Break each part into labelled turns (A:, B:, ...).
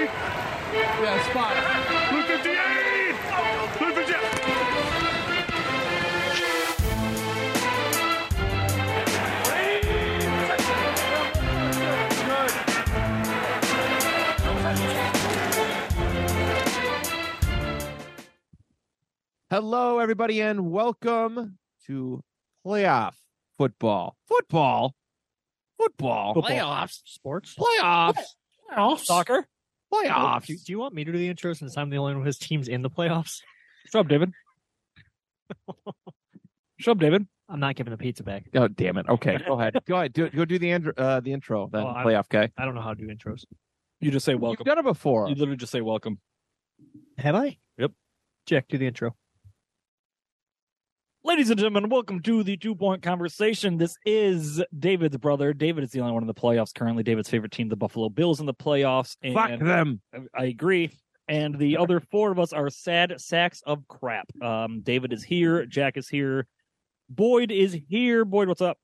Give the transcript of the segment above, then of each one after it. A: Yeah, spot.
B: Hello, everybody, and welcome to playoff football. Football? Football?
C: Playoffs. Sports.
B: Playoffs?
C: Soccer.
B: Playoffs?
C: Do, do you want me to do the intro since I'm the only one whose team's in the playoffs?
D: Shut up, David. Shut up, David.
C: I'm not giving the pizza back.
D: Oh, damn it. Okay, go ahead.
B: Go ahead. Do, go do the, andro- uh, the intro, then,
C: Well, I'm-
B: playoff guy.
C: I don't know how to do intros.
D: You just say
B: You've
D: welcome.
B: done it before.
D: You literally just say welcome.
C: Have I?
D: Yep.
C: Jack, do the intro.
D: Ladies and gentlemen, welcome to the Two Point Conversation. This is David's brother. David is the only one in the playoffs currently. David's favorite team, the Buffalo Bills, in the playoffs. And
B: them.
D: I- I agree. And the other four of us are sad sacks of crap. Um, David is here. Jack is here. Boyd is here. Boyd, what's up?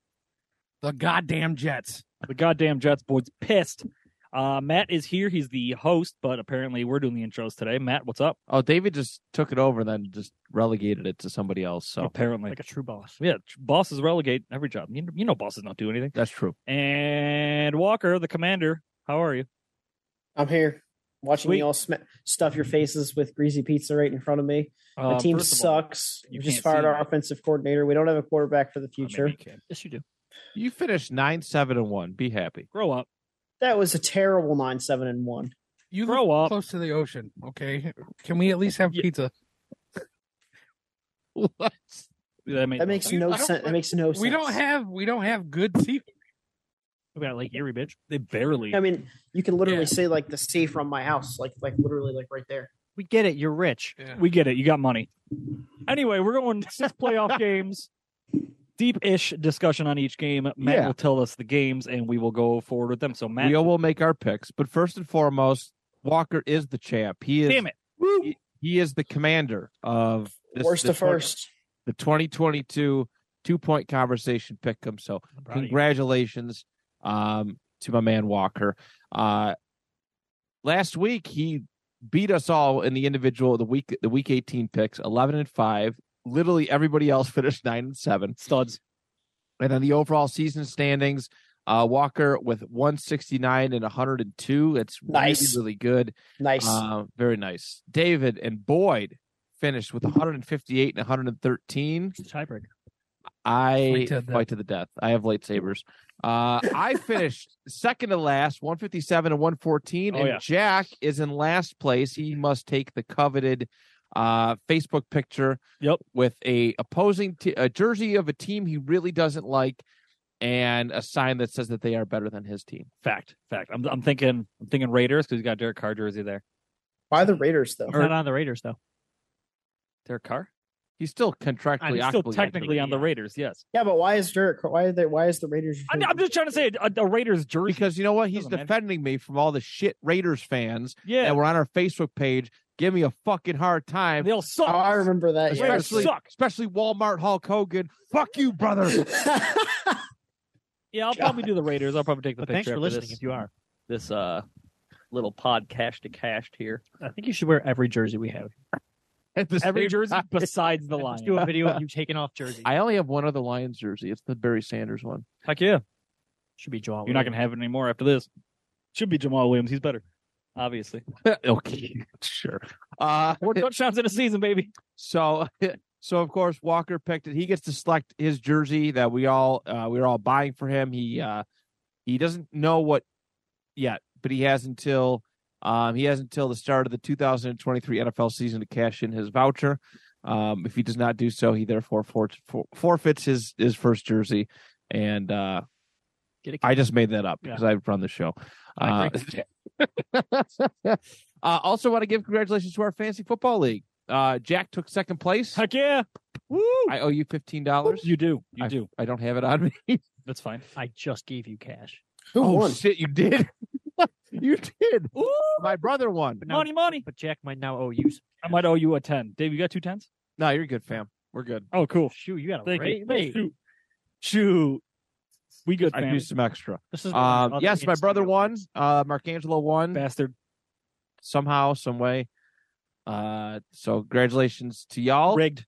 A: The goddamn Jets.
D: The goddamn Jets board's pissed. Uh, Matt is here. He's the host, but apparently we're doing the intros today. Matt, what's up?
B: Oh, David just took it over, then just relegated it to somebody else. So
D: Apparently.
C: Like a true boss.
D: yeah, tr- bosses relegate every job. You, you know bosses don't do anything.
B: that's true.
D: And Walker, the commander, how are you?
E: I'm here watching
D: Sweet.
E: you all sm- stuff your faces with greasy pizza right in front of me. The
D: Uh,
E: team
D: first of all,
E: sucks.
D: you
E: we
D: can't
E: just
D: see
E: fired our
D: that.
E: offensive coordinator. We don't have a quarterback for the
D: I mean,
E: future.
D: we can.
C: Yes, you do.
B: You finished nine seven and one. Be happy.
D: Grow up.
E: that was a terrible nine, seven, and one.
A: You
D: Grow
A: live
D: up.
A: close to the ocean. Okay, can we at least have
D: Yeah.
A: pizza?
B: What?
D: That, made
E: That makes
A: You- I
E: no
A: don't-
E: sense. That makes no sense.
A: We don't have we don't have good seafood.
C: We got like Erie, bitch.
D: they barely.
E: I mean, you can literally
A: Yeah.
E: say like the sea from my house, like like literally like right there.
C: We get it. You're rich.
D: we get it. You got money. Anyway, we're going six playoff games. Deep-ish discussion on each game. Matt
B: Yeah.
D: will tell us the games, and we will go forward with them. So Matt,
B: We all will make our picks, but first and foremost, Walker is the champ. He is.
D: damn it,
B: He is the commander of this,
E: Worst
B: the
E: to first.
B: the 2022 two point conversation pick 'em. So
C: I'm proud of you.
B: congratulations um, to my man Walker. Uh, last week he beat us all in the individual the week the week 18 picks 11 and 5 literally everybody else finished 9 and 7
D: studs.
B: and then the overall season standings uh walker with 169 and 102 it's
E: Nice.
B: really really good
E: Nice.
B: uh, very nice david and boyd finished with 158 and 113
C: It's the tiebreaker.
B: I
A: Fight to the death.
B: fight to the death. I have lightsabers. Uh, I finished second to last, 157 and 114.
D: Oh,
B: and
D: yeah.
B: Jack is in last place. He must take the coveted uh, Facebook picture
D: Yep.
B: with a opposing t- a jersey of a team he really doesn't like and a sign that says that they are better than his team.
D: Fact, fact. I'm, I'm thinking, I'm thinking Raiders because he's got Derek Carr jersey there.
E: Why the Raiders though?
C: It's not on the Raiders though.
D: Derek Carr.
B: He's still
D: And
B: contractually
D: he's still
B: obligated.
D: technically on the Raiders. Yes.
E: Yeah, but why is Dirk? Why are they? Why is the Raiders?
D: I'm, I'm just trying to say a, a Raiders jersey.
B: because you know what? He's
D: Doesn't matter.
B: defending me from all the shit Raiders fans
D: yeah,
B: that were on our Facebook page. Give me a fucking hard time.
D: they'll suck.
E: Oh, I remember that. yeah.
D: Raiders
B: especially
D: suck.
B: especially Walmart Hulk Hogan. Fuck you, brother.
D: Yeah, I'll probably do the Raiders. I'll probably take the
C: But thanks
D: picture
C: for
D: after
C: listening.
D: this.
C: If you are,
D: This uh, little pod cash to cash here.
C: I think you should wear every jersey we have.
B: At the
D: Every
B: same
D: jersey
B: time.
D: besides the
C: Let's
D: line.
C: do a video of you taking off jersey.
B: I only have one other Lions jersey. It's the Barry Sanders one.
D: Heck yeah.
C: should be Joel.
D: You're not gonna have it anymore after this. Should be Jamal Williams. He's better, obviously.
B: okay, sure. Uh,
D: More touchdowns in a season, baby.
B: so so of course Walker picked it. He gets to select his jersey that we all uh, we are all buying for him. He uh, he doesn't know what yet, but he has until um, he has until the start of the 2023 NFL season to cash in his voucher. Um, if he does not do so, he therefore for, for, forfeits his his first jersey. And uh,
C: Get a
B: I just made that up
C: Yeah.
B: because I run the show.
C: I
B: Uh, uh, also, want to give congratulations to our fantasy football league. Uh, Jack took second place.
D: Heck yeah. Woo!
B: I owe you fifteen dollars.
D: you do. You
B: I-
D: do.
B: I don't have it on me.
D: That's fine.
C: I just gave you cash.
B: Oh
E: won.
B: shit! You did. you did.
D: Ooh,
B: My brother won.
C: no.
D: money, money.
C: But Jack might now owe you. some-
D: I might owe you a ten. Dave, you got two tens?
B: No, you're good, fam. We're good.
D: Oh, cool.
C: Shoot, you got a
D: Thank
C: rate.
D: you.
C: Hey,
D: Shoot. Shoot. We good,
B: I
D: fam.
B: used some extra.
C: This is
B: Um, yes, my brother won. Uh, Marcangelo won.
D: Bastard.
B: somehow, some way. Uh, so congratulations to y'all.
D: Rigged.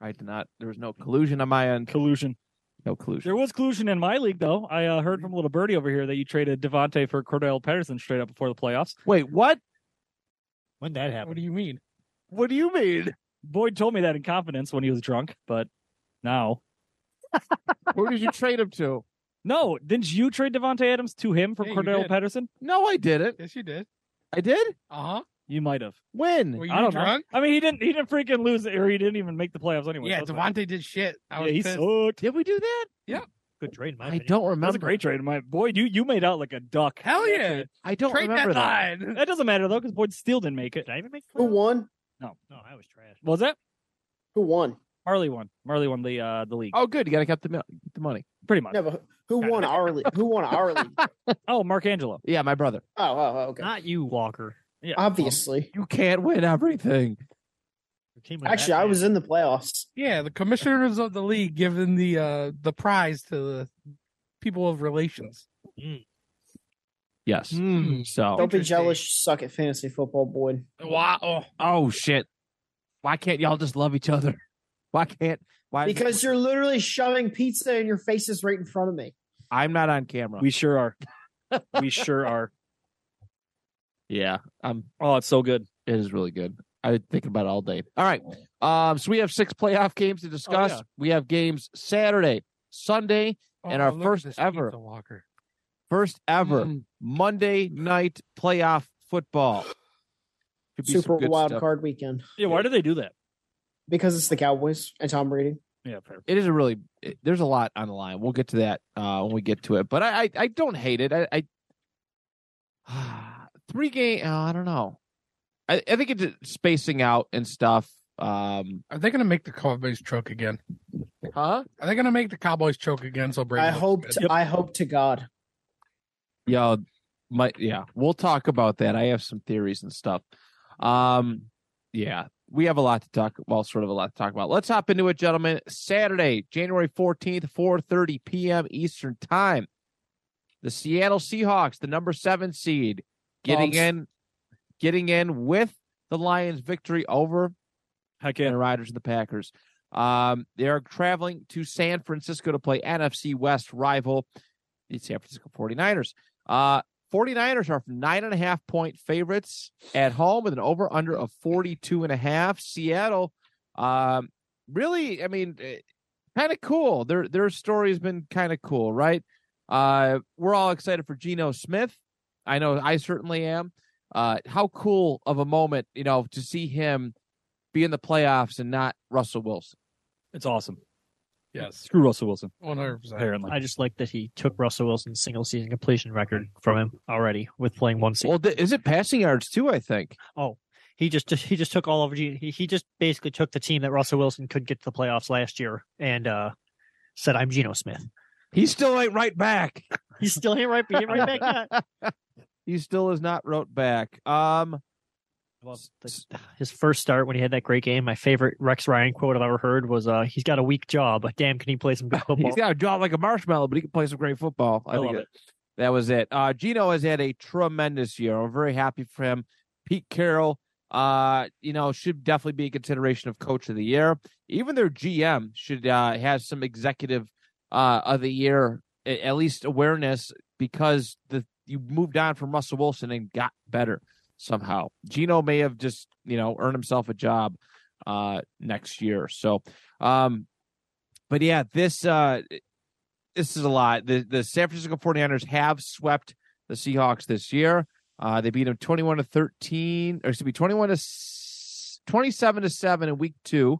B: I did not. There was no collusion on my end.
D: Collusion.
B: No collusion.
D: There was collusion in my league, though. I uh, heard from Little Birdie over here that you traded Devontae for Cordell Patterson straight up before the playoffs.
B: Wait, what?
C: When that happened,
A: What do you mean?
B: What do you mean?
D: Boyd told me that in confidence when he was drunk, but now.
B: Who did you trade him to?
D: No, didn't you trade Devontae Adams to him for
A: Yeah, you
D: Cordell
A: did.
D: Patterson?
B: No, I didn't.
A: Yes, you did.
B: I did.
A: Uh huh.
D: You might have.
A: Were
B: When?
A: you
D: I don't
A: drunk?
D: know. I mean, he didn't. He didn't freaking lose, or he didn't even make the playoffs anyway.
A: Yeah,
D: so it's fine.
A: Devontae did shit. I
D: Yeah,
A: was
D: he
A: pissed.
D: sucked.
B: Did we do that?
C: good trade. In my
B: I
C: opinion.
B: don't
D: That was
B: remember.
D: a great trade, my boy. You you made out like a duck.
A: Hell yeah!
B: I don't
A: Trade
B: remember
A: that
B: that.
A: line.
D: That doesn't matter though, because Boyd still didn't make it.
C: Did I even make?
E: Who
C: playoffs?
E: won?
C: No, I was trash.
D: Was that
E: Who won?
D: Marley won? Marley won the uh the league.
B: Oh, good. You gotta keep the mil- keep the money.
D: Pretty much.
E: No, but who won our league? Who won our league? Oh,
D: Oh, Mark Angelo.
B: Yeah, my brother.
E: oh, oh, okay.
C: Not you, Walker.
D: Yeah.
E: Obviously.
B: You can't win everything.
C: Your team
E: Actually, I was in the playoffs.
A: Yeah, the commissioners of the league giving the uh the prize to the people of relations.
B: Yes.
A: Hmm.
B: So.
E: Don't be
A: Interesting.
E: jealous. You suck at fantasy football, Boyd.
A: Wow.
B: Oh shit. Why can't y'all just love each other? Why can't? Why?
E: Because you're literally shoving pizza in your faces right in front of me.
B: I'm not on camera.
D: We sure are. we sure are.
B: yeah. I'm
D: Oh, it's so good.
B: It is really good. I was thinking about it all day. All right. Um, so we have six playoff games to discuss.
D: yeah.
B: We have games Saturday, Sunday, And our
A: look at
B: first
A: this
B: ever
A: pizza Walker.
B: first ever
A: Mm.
B: Monday night playoff football. Could be some
E: Super
B: good
E: wild
B: stuff.
E: card weekend
D: Yeah, why do they do that?
E: because it's the Cowboys and Tom Brady.
D: Yeah, fair.
B: It is a really it- there's a lot on the line. We'll get to that uh when we get to it. But I I, I don't hate it. I, I three game oh, I don't know. I, I think it's spacing out and stuff. Um
A: Are they gonna make the Cowboys choke again?
B: huh?
A: Are they gonna make the Cowboys choke again? So Brady.
E: I
A: looks
E: hope.
A: good?
E: To, I hope to God.
B: Yeah, my yeah, we'll talk about that. I have some theories and stuff. Um, yeah, we have a lot to talk. Well, sort of a lot to talk about. Let's hop into it, gentlemen. Saturday, January fourteenth, four thirty p.m. Eastern Time. The Seattle Seahawks, the number seven seed, getting
E: Bums.
B: in, getting in with the Lions' victory over
D: Heck
B: and
D: yeah.
B: the Riders and the Packers. Um, they are traveling to San Francisco to play NFC West rival, the San Francisco 49ers. Uh, 49ers are nine and a half point favorites at home with an over under of 42 and a half. Seattle, um, really, I mean, kind of cool. Their their story has been kind of cool, right? Uh, we're all excited for Geno Smith. I know I certainly am. Uh, how cool of a moment, you know, to see him be in the playoffs and not Russell Wilson.
D: It's awesome.
A: Yes,
D: Screw Russell Wilson,
A: one hundred percent.
D: apparently.
C: I just like that he took Russell Wilson's single season completion record from him already with playing one season.
B: Well, th- is it passing yards too? I think.
C: he just he just took all over. He he just basically took the team that Russell Wilson couldn't get to the playoffs last year and uh, said, "I'm Geno Smith."
B: He still ain't right back.
C: He still ain't right, but he ain't right back yet.
B: He still is not wrote back. Um,
C: Well, the, his first start when he had that great game. My favorite Rex Ryan quote I've ever heard was, uh, "He's got a weak jaw, but damn, can he play some good football?"
B: he's got a jaw like a marshmallow, but he can play some great football.
D: I love
B: that-
D: it.
B: That was it. Uh, Gino has had a tremendous year. I'm very happy for him. Pete Carroll, uh, you know, should definitely be a consideration of coach of the year. Even their GM should uh, have some executive uh, of the year, a- at least awareness, because the you moved on from Russell Wilson and got better somehow. Gino may have just you know earned himself a job uh, next year. So, um, but yeah, this uh, this is a lot. The the San Francisco 49ers have swept the Seahawks this year. Uh, they beat them 21 to 13, or excuse me, 21 to s- 27 to 7 in week two,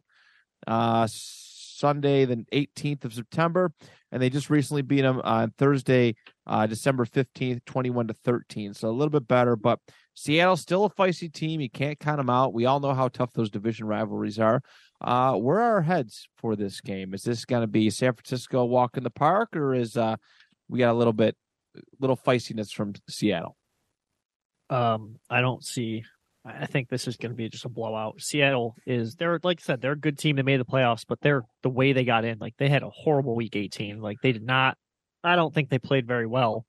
B: uh, Sunday, the 18th of September. And they just recently beat them on Thursday, uh, December 15th, 21 to 13. So a little bit better, but Seattle's still a feisty team. You can't count them out. We all know how tough those division rivalries are. Uh, where are our heads for this game? Is this going to be San Francisco walk in the park, or is uh, we got a little bit, little feistiness from Seattle?
C: Um, I don't see. I I think this is going to be just a blowout. Seattle is they're like I said, they're a good team. They made the playoffs, but they're the way they got in, like they had a horrible week eighteen. Like they did not. I don't think they played very well.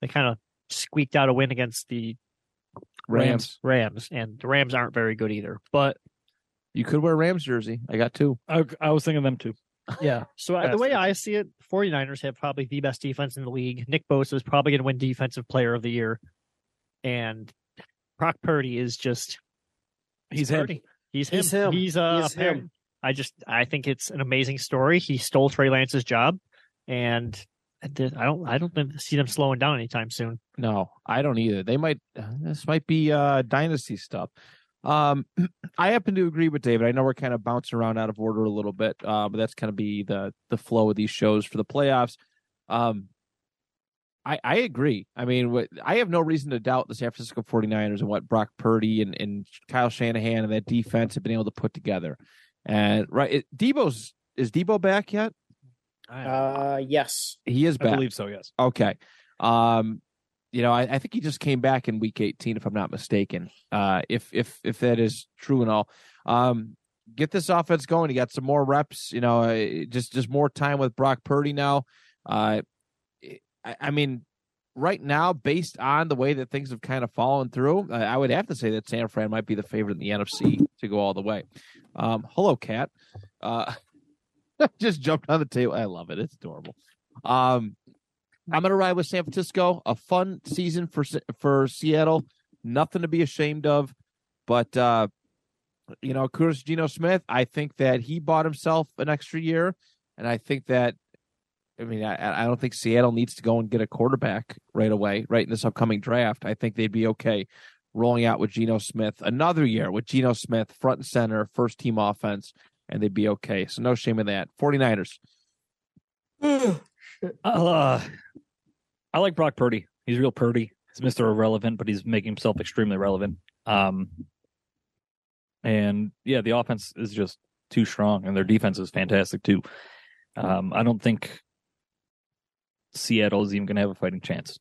C: They kind of squeaked out a win against the
B: Rams.
C: Rams, and the Rams aren't very good either. But
B: You could wear Rams jersey. I got two.
D: I, I was thinking them too.
C: yeah, so I, the
D: Yes.
C: way I see it, 49ers have probably the best defense in the league. Nick Bosa is probably going to win Defensive Player of the Year, and Brock Purdy is just
D: He's him.
C: Purdy. He's him.
E: He's him.
C: He's, uh,
E: He's
C: a parent.
E: him.
C: I just I think it's an amazing story. He stole Trey Lance's job, and I did- I don't I don't think- see them slowing down anytime soon.
B: No, I don't either. They might. This might be uh, dynasty stuff. Um, I happen to agree with David. I know we're kind of bouncing around out of order a little bit, uh, but that's kind of be the the flow of these shows for the playoffs. Um, I I agree. I mean, what, I have no reason to doubt the San Francisco 49ers and what Brock Purdy and, and Kyle Shanahan and that defense have been able to put together. And right, it, Debo's is Debo back yet?
E: Uh, yes.
B: He is
D: I
B: back.
D: believe so. Yes.
B: Okay. Um, you know, I, I think he just came back in week 18, if I'm not mistaken. Uh, if if if that is true and all, um, get this offense going. He got some more reps. You know, uh, just just more time with Brock Purdy now. Uh, I, I mean, right now, based on the way that things have kind of fallen through, I, I would have to say that San Fran might be the favorite in the NFC to go all the way. Um, hello, cat. Uh, just jumped on the table. I love it. It's adorable. Um, I'm gonna ride with San Francisco. A fun season for Se- for Seattle. Nothing to be ashamed of, but uh, you know, Curtis Geno Smith. I think that he bought himself an extra year, and I think that. I mean, I, I don't think Seattle needs to go and get a quarterback right away, right in this upcoming draft. I think they'd be okay rolling out with Geno Smith another year with Geno Smith front and center, first team offense, and they'd be okay. So no shame in that. 49ers.
D: Uh, I like Brock Purdy. He's real Purdy. He's Mister Irrelevant, but he's making himself extremely relevant. Um, and yeah, the offense is just too strong, and their defense is fantastic too. Um, I don't think Seattle is even going to have a fighting chance,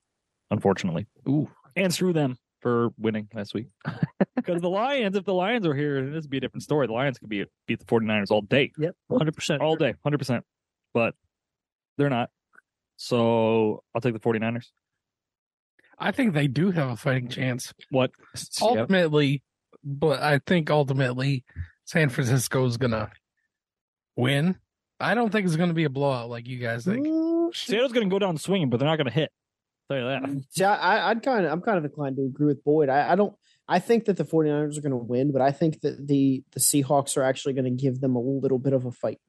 D: unfortunately.
B: Ooh,
D: And screw them for winning last week. Because the Lions, if the Lions were here, this would be a different story. The Lions could be beat the 49ers all day
C: Yep, hundred percent.
D: all day, 100%. But they're not. So I'll take the 49ers.
A: I think they do have a fighting chance.
D: What?
A: Ultimately, but I think ultimately San Francisco's gonna win. I don't think it's gonna be a blowout like you guys think.
D: Seattle's going to go down swinging, but they're not going to hit. Tell you that.
E: See, I, I'd kind of, I'm kind of inclined to agree with Boyd. I, I don't, I think that the 49ers are going to win, but I think that the the Seahawks are actually going to give them a little bit of a fight.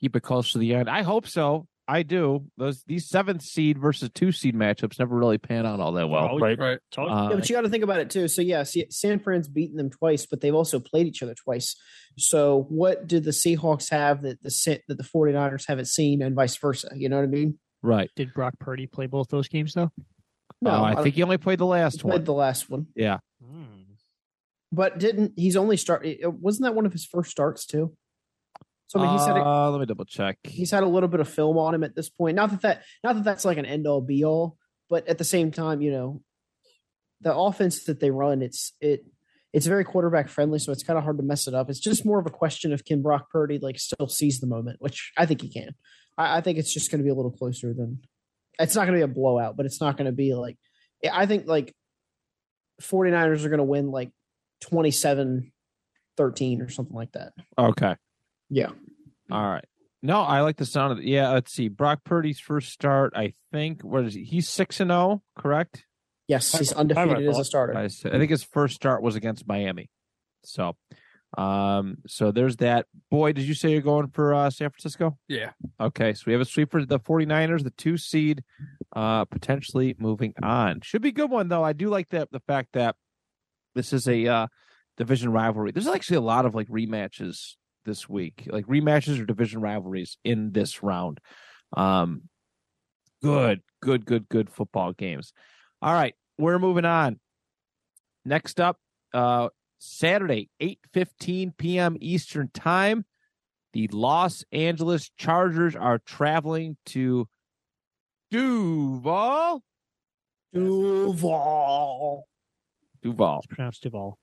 B: keep it close to the end. I hope so. I do. Those these seventh seed versus two seed matchups never really pan out all that well.
D: right.
A: Right.
B: Uh,
E: Oh, yeah, but you got to think about it too. So yeah, see, San Fran's beaten them twice, but they've also played each other twice. So what do the Seahawks have that the Sa- that the 49ers haven't seen, and vice versa? You know what I mean?
B: right.
C: Did Brock Purdy play both those games though?
B: No, I,
E: don't-
B: think he only played the
E: he
B: last
E: played
B: one.
E: the last one,
C: Mm.
E: but didn't he's only start? it- it- Wasn't that one of his first starts too? So I mean, he's had a,
B: Uh, let me double check.
E: he's had a little bit of film on him at this point. Not that that not that that's like an end all be all, but at the same time, you know, the offense that they run, it's it it's very quarterback friendly, so it's kind of hard to mess it up. It's just more of a question of can Brock Purdy like still seize the moment, which I think he can. I, I think it's just going to be a little closer than it's not going to be a blowout, but it's not going to be like yeah, I think like 49ers are going to win like 27 13 or something like that.
B: Okay.
E: Yeah.
B: All right. No, I like the sound of it. Yeah, let's see. Brock Purdy's first start, I think. What is he? He's six and zero, correct?
E: Yes, he's
D: I- I would've
E: undefeated as a
D: thought-
E: starter.
B: I s- I think his first start was against Miami. So, um, so there's that. Boy, did you say you're going for uh, San Francisco?
A: Yeah.
B: Okay, so we have a sweep for the 49ers, the two seed, uh, potentially moving on. Should be a good one though. I do like that the fact that this is a uh, division rivalry. There's actually a lot of like rematches this week, like rematches or division rivalries in this round. Um, good, good, good, good football games. All right, we're moving on. Next up, uh, Saturday, 8:15 p.m. Eastern Time. The Los Angeles Chargers are traveling to Duval.
E: Duval.
B: Duval.
C: It's pronounced Duval.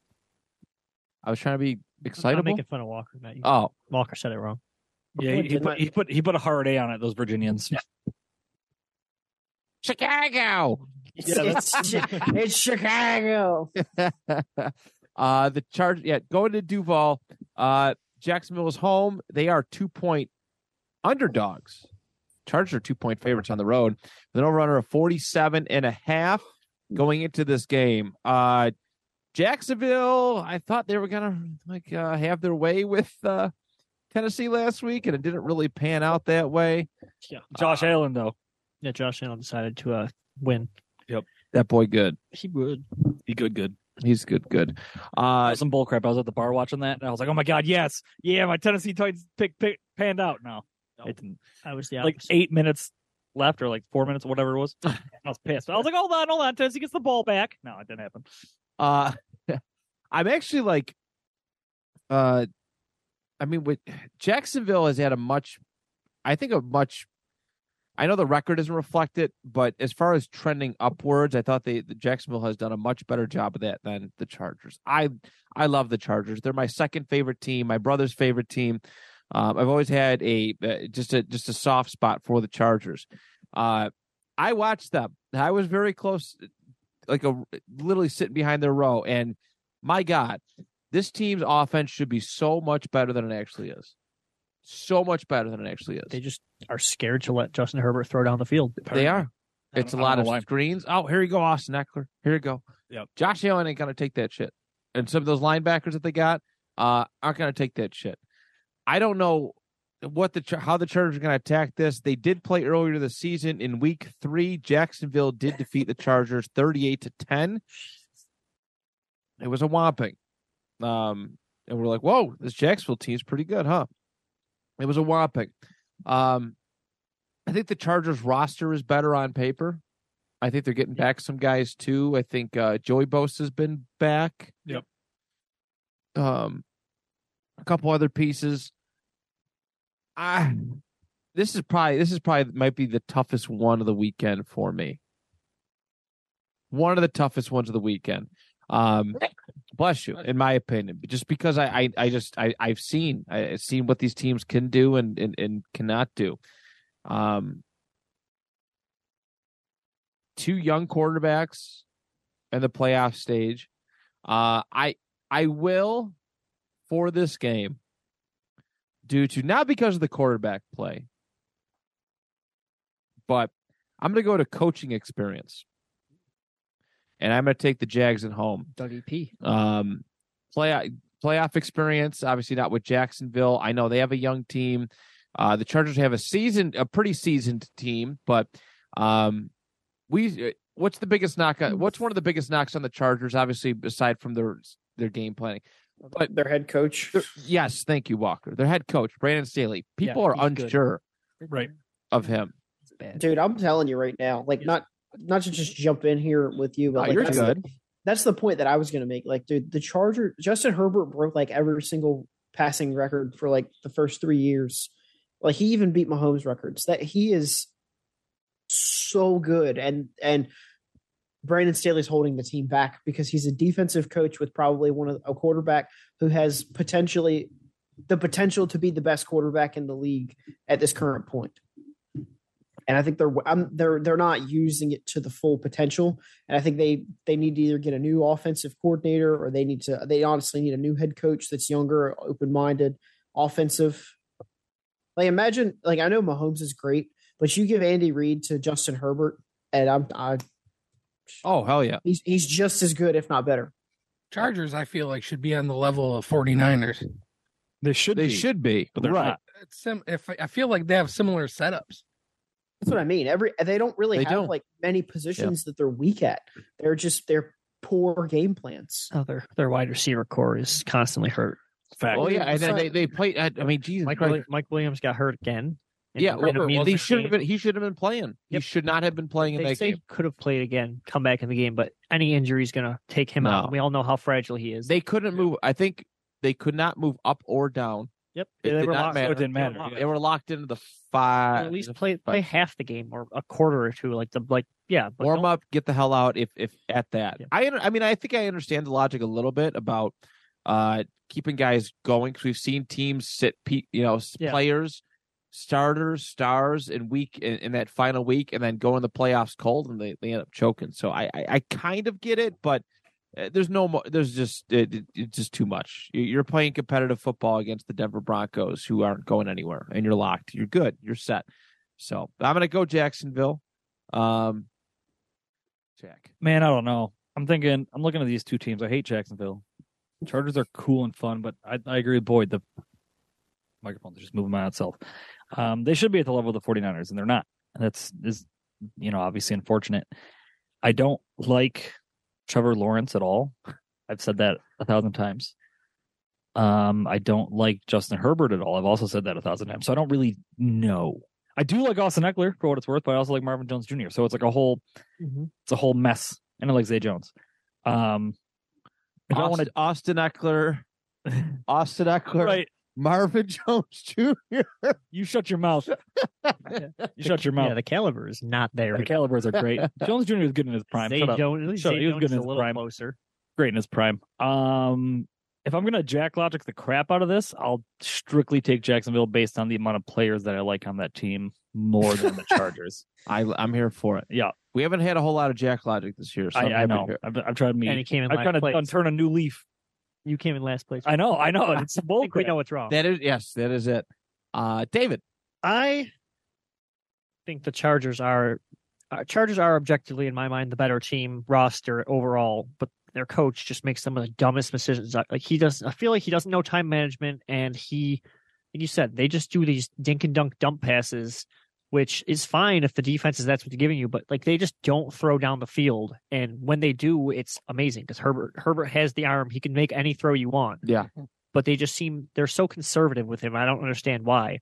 B: I was trying to be
C: I'm
B: excitable.
C: not making fun of Walker. Matt. You-
B: oh,
C: Walker said it wrong.
D: Yeah, he, he put, he put he put a hard A on it. Those Virginians.
B: Chicago.
E: It's,
D: Yeah,
E: it's, Chi- it's Chicago.
B: uh the charge yeah going to duval uh jacksonville is home they are two point underdogs chargers are two point favorites on the road with an overrunner of 47 and a half going into this game uh jacksonville i thought they were gonna like uh have their way with uh tennessee last week and it didn't really pan out that way
D: Josh Allen though,
C: Yeah, Josh Allen decided to uh, win.
B: that boy good
C: He would.
D: he good good.
B: he's good good uh
D: Some bull crap. I was at the bar watching that, and I was like, oh my god, yes, yeah, my Tennessee Titans pick, pick panned out. No, it didn't.
C: I was the
D: Like
C: opposite.
D: eight minutes left, or like four minutes, whatever it was. I was pissed. I was like, hold on, hold on, Tennessee gets the ball back. No, it didn't happen.
B: Uh, I'm actually like, uh, I mean, with Jacksonville has had a much, I think a much, I know the record doesn't reflect it, but as far as trending upwards, I thought they the Jacksonville has done a much better job of that than the Chargers. I I love the Chargers. They're my second favorite team, my brother's favorite team. Um, I've always had a uh, just a just a soft spot for the Chargers. Uh, I watched them. I was very close like a literally sitting behind their row. And my God, this team's offense should be so much better than it actually is. So much better than it actually is.
C: They just are scared to let Justin Herbert throw down the field.
B: They are.
D: I
B: It's a
D: don't- I
B: lot
D: don't
B: of
D: know why.
B: screens. Oh, here you go, Austin Eckler. Here you go.
D: Yep.
B: Josh Allen ain't gonna take that shit. And some of those linebackers that they got uh, aren't gonna take that shit. I don't know what the Char- how the Chargers are gonna attack this. They did play earlier this season in Week Three. Jacksonville did defeat the Chargers thirty-eight to ten. It was a whopping. Um, and we're like, whoa, this Jacksonville team's pretty good, huh? It was a whopping. Um, I think the Chargers roster is better on paper. I think they're getting back some guys too. I think uh, Joey Bosa has been back.
A: Yep.
B: Um, a couple other pieces. I this is probably this is probably might be the toughest one of the weekend for me. One of the toughest ones of the weekend. Um, bless you, in my opinion, just because I I, I just I I've seen I, I've seen what these teams can do and and, and cannot do. Um, two young quarterbacks and the playoff stage. Uh, I I will for this game due to not because of the quarterback play, but I'm going to go to coaching experience, and I'm going to take the Jags at home
E: Dougie P.
B: um play playoff experience obviously not with jacksonville i know they have a young team uh the chargers have a seasoned a pretty seasoned team but um we what's the biggest knock on what's one of the biggest knocks on the chargers obviously aside from their their game planning But-
E: their head coach.
B: Their- yes thank you walker their head coach brandon staley people
C: Yeah,
B: are
C: he's good.
B: unsure
A: Right.
B: of him
E: Dude, I'm telling you right now, like not not to just jump in here with you, but
B: Oh,
E: like,
B: you're
E: that's
B: good
E: that's the point that I was going to make. Like, dude, the Charger, Justin Herbert broke like every single passing record for like the first three years. Like, he even beat Mahomes' records. That he is so good, and and Brandon Staley's holding the team back because he's a defensive coach with probably one of a quarterback who has potentially the potential to be the best quarterback in the league at this current point. And I think they're I'm, they're they're not using it to the full potential. And I think they they need to either get a new offensive coordinator or they need to they honestly need a new head coach that's younger, open minded, offensive. Like imagine like I know Mahomes is great, but you give Andy Reid to Justin Herbert, and I'm I,
B: oh hell yeah
E: he's he's just as good, if not better.
A: Chargers, I feel like, should be on the level of 49ers.
D: They should.
B: they should be
D: But they're
B: right
D: not.
A: It's sim- if I feel like they have similar setups.
E: That's what I mean. Every they don't really
B: They
E: have
B: don't.
E: like many positions that they're weak at. They're just they're poor game plans.
C: Oh, their their wide receiver core is constantly hurt.
D: Fact.
B: oh
E: Well,
B: yeah and then
E: so-
B: they, they played i I mean jesus
C: Mike
B: Christ.
C: Williams, Mike Williams got hurt again. in-
B: yeah
C: in a
B: well,
C: meaningless
B: he should have
C: game.
B: been he should have been playing he
C: Yep.
B: should not have been playing in
C: They
B: that
C: say
B: game
C: he could have played again, come back in the game, but any injury is going to take him
B: No.
C: out. We all know how fragile he is.
B: They couldn't move. I think they could not move up or down.
C: Yep.
B: It did not matter.
D: It didn't
C: they were
D: matter,
C: locked.
D: yeah.
B: They were locked into the five.
C: At least play play half the game or a quarter or two, like the like yeah. But
B: warm
C: don't-
B: up, get the hell out if if at that.
C: Yeah.
B: I under- I mean I think I understand the logic a little bit about uh keeping guys going because we've seen teams sit pe- you know s-
C: Yeah.
B: players starters stars in week in, in that final week and then go in the playoffs cold and they, they end up choking so I, I i kind of get it but uh, there's no more there's just uh, it, it- it's just too much You- you're playing competitive football against the denver broncos who aren't going anywhere and you're locked you're good you're set so i'm gonna go jacksonville um jack
D: Man, I don't know. I'm thinking. I'm looking at these two teams. I hate Jacksonville. Chargers are cool and fun, but I, I agree with Boyd. The microphone's just moving by itself. Um, they should be at the level of the 49ers, and they're not. And that's is you know obviously unfortunate. I don't like Trevor Lawrence at all. I've said that a thousand times. Um, I don't like Justin Herbert at all. I've also said that a thousand times. So I don't really know. I do like Austin Eckler for what it's worth, but I also like Marvin Jones Jr. So it's like a whole
C: Mhm.
D: it's a whole mess. And I like Zay Jones. Um, I don't want
B: Austin,
D: to.
B: Austin Eckler, Austin Eckler,
D: Right,
B: Marvin Jones Jr.
D: you shut your mouth. You shut your mouth.
C: Yeah, the caliber is not there.
D: the calibers are great. Jones Jr. is good in his prime.
C: Zay
D: Shut up.
C: Jones, at least
D: Shut up.
C: Zay
D: He was
C: Jones
D: good
C: is
D: in
C: a
D: his
C: little
D: prime.
C: closer.
D: Great in his prime. Um, if I'm gonna jack logic the crap out of this, I'll strictly take Jacksonville based on the amount of players that I like on that team more than the Chargers.
B: I, I'm here for it.
D: Yeah.
B: we haven't had a whole lot of Jack logic this year. So
D: I,
B: I'm
D: I
B: happy
D: know.
B: here.
D: I've, I've tried me.
C: And he came in
D: I'm
C: last
D: trying
C: place.
D: to turn a new leaf.
C: you came in last place.
D: I know. I know.
C: I
D: It's
C: I
D: bull
C: think we know what's wrong.
B: That is yes, that is it. Uh, David,
C: I think the Chargers are uh, Chargers are objectively, in my mind, the better team roster overall. But their coach just makes some of the dumbest decisions. I- Like he does, I feel like he doesn't know time management, and he, like you said, they just do these dink and dunk dump passes, which is fine if the defense is that's what they're giving you. But like they just don't throw down the field, and when they do, it's amazing because Herbert Herbert has the arm; he can make any throw you want.
B: Yeah.
C: but they just seem they're so conservative with him. I don't understand why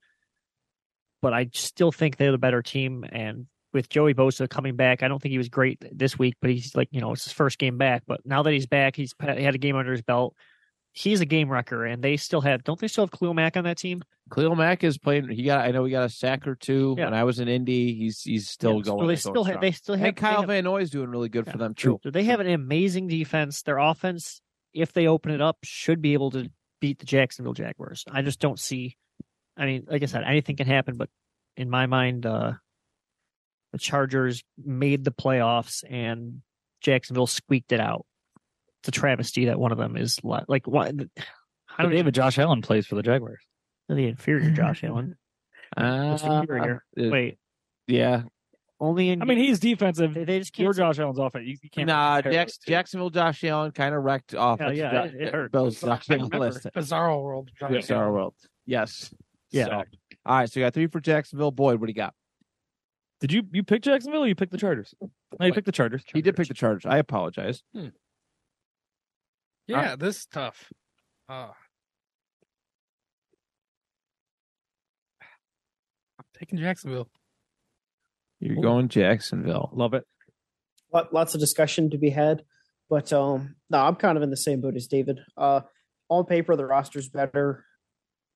C: but I still think they're the better team. And with Joey Bosa coming back, I don't think he was great this week, but he's like, you know, it's his first game back. But now that he's back, he's he had a game under his belt. He's a game wrecker, and they still have, don't they still have Khalil Mack on that team?
B: Cleo Mack is playing. He got. I know we got a sack or two.
C: Yeah.
B: When I was in Indy, he's he's still
C: Yeah, so
B: going.
C: They
B: going
C: still have,
B: strong.
C: they still have,
B: and Kyle
C: they have,
B: Van Noy is doing really good
C: Yeah,
B: for them too.
D: true.
C: they have an amazing defense. Their offense, if they open it up, should be able to beat the Jacksonville Jaguars. I just don't see, I mean, like I said, anything can happen, but in my mind, uh, the Chargers made the playoffs and Jacksonville squeaked it out. It's a travesty that one of them is li- like why
D: I
C: how
D: don't
C: do
D: even Josh Allen plays for the Jaguars.
C: the inferior Josh Allen? It's
B: Uh,
C: inferior.
B: uh,
C: Wait,
B: yeah,
C: only in
D: I mean, he's defensive.
C: they, they just
D: You're
C: can't.
D: Josh Allen's offense. You, you can't.
B: nah.
D: compare
B: Jackson,
D: those two.
B: Jacksonville Josh Allen kind of wrecked off.
C: Hell yeah, it- it hurt.
B: Bill's Josh Allen
A: remember
B: list.
A: Bizarro World. Josh
B: Yes,
A: Allen.
B: our world. Yes.
C: Yeah.
B: So, all right. So you got three for Jacksonville. Boyd, what do you got?
D: Did you you pick Jacksonville or you picked the Chargers? No, you picked the Chargers.
B: He did pick the Chargers. I apologize.
A: Yeah, this is tough. Uh, I'm taking Jacksonville.
B: You're going Jacksonville.
D: Love it.
E: lot, lots of discussion to be had. But um, no, I'm kind of in the same boat as David. Uh, on paper, the roster's better.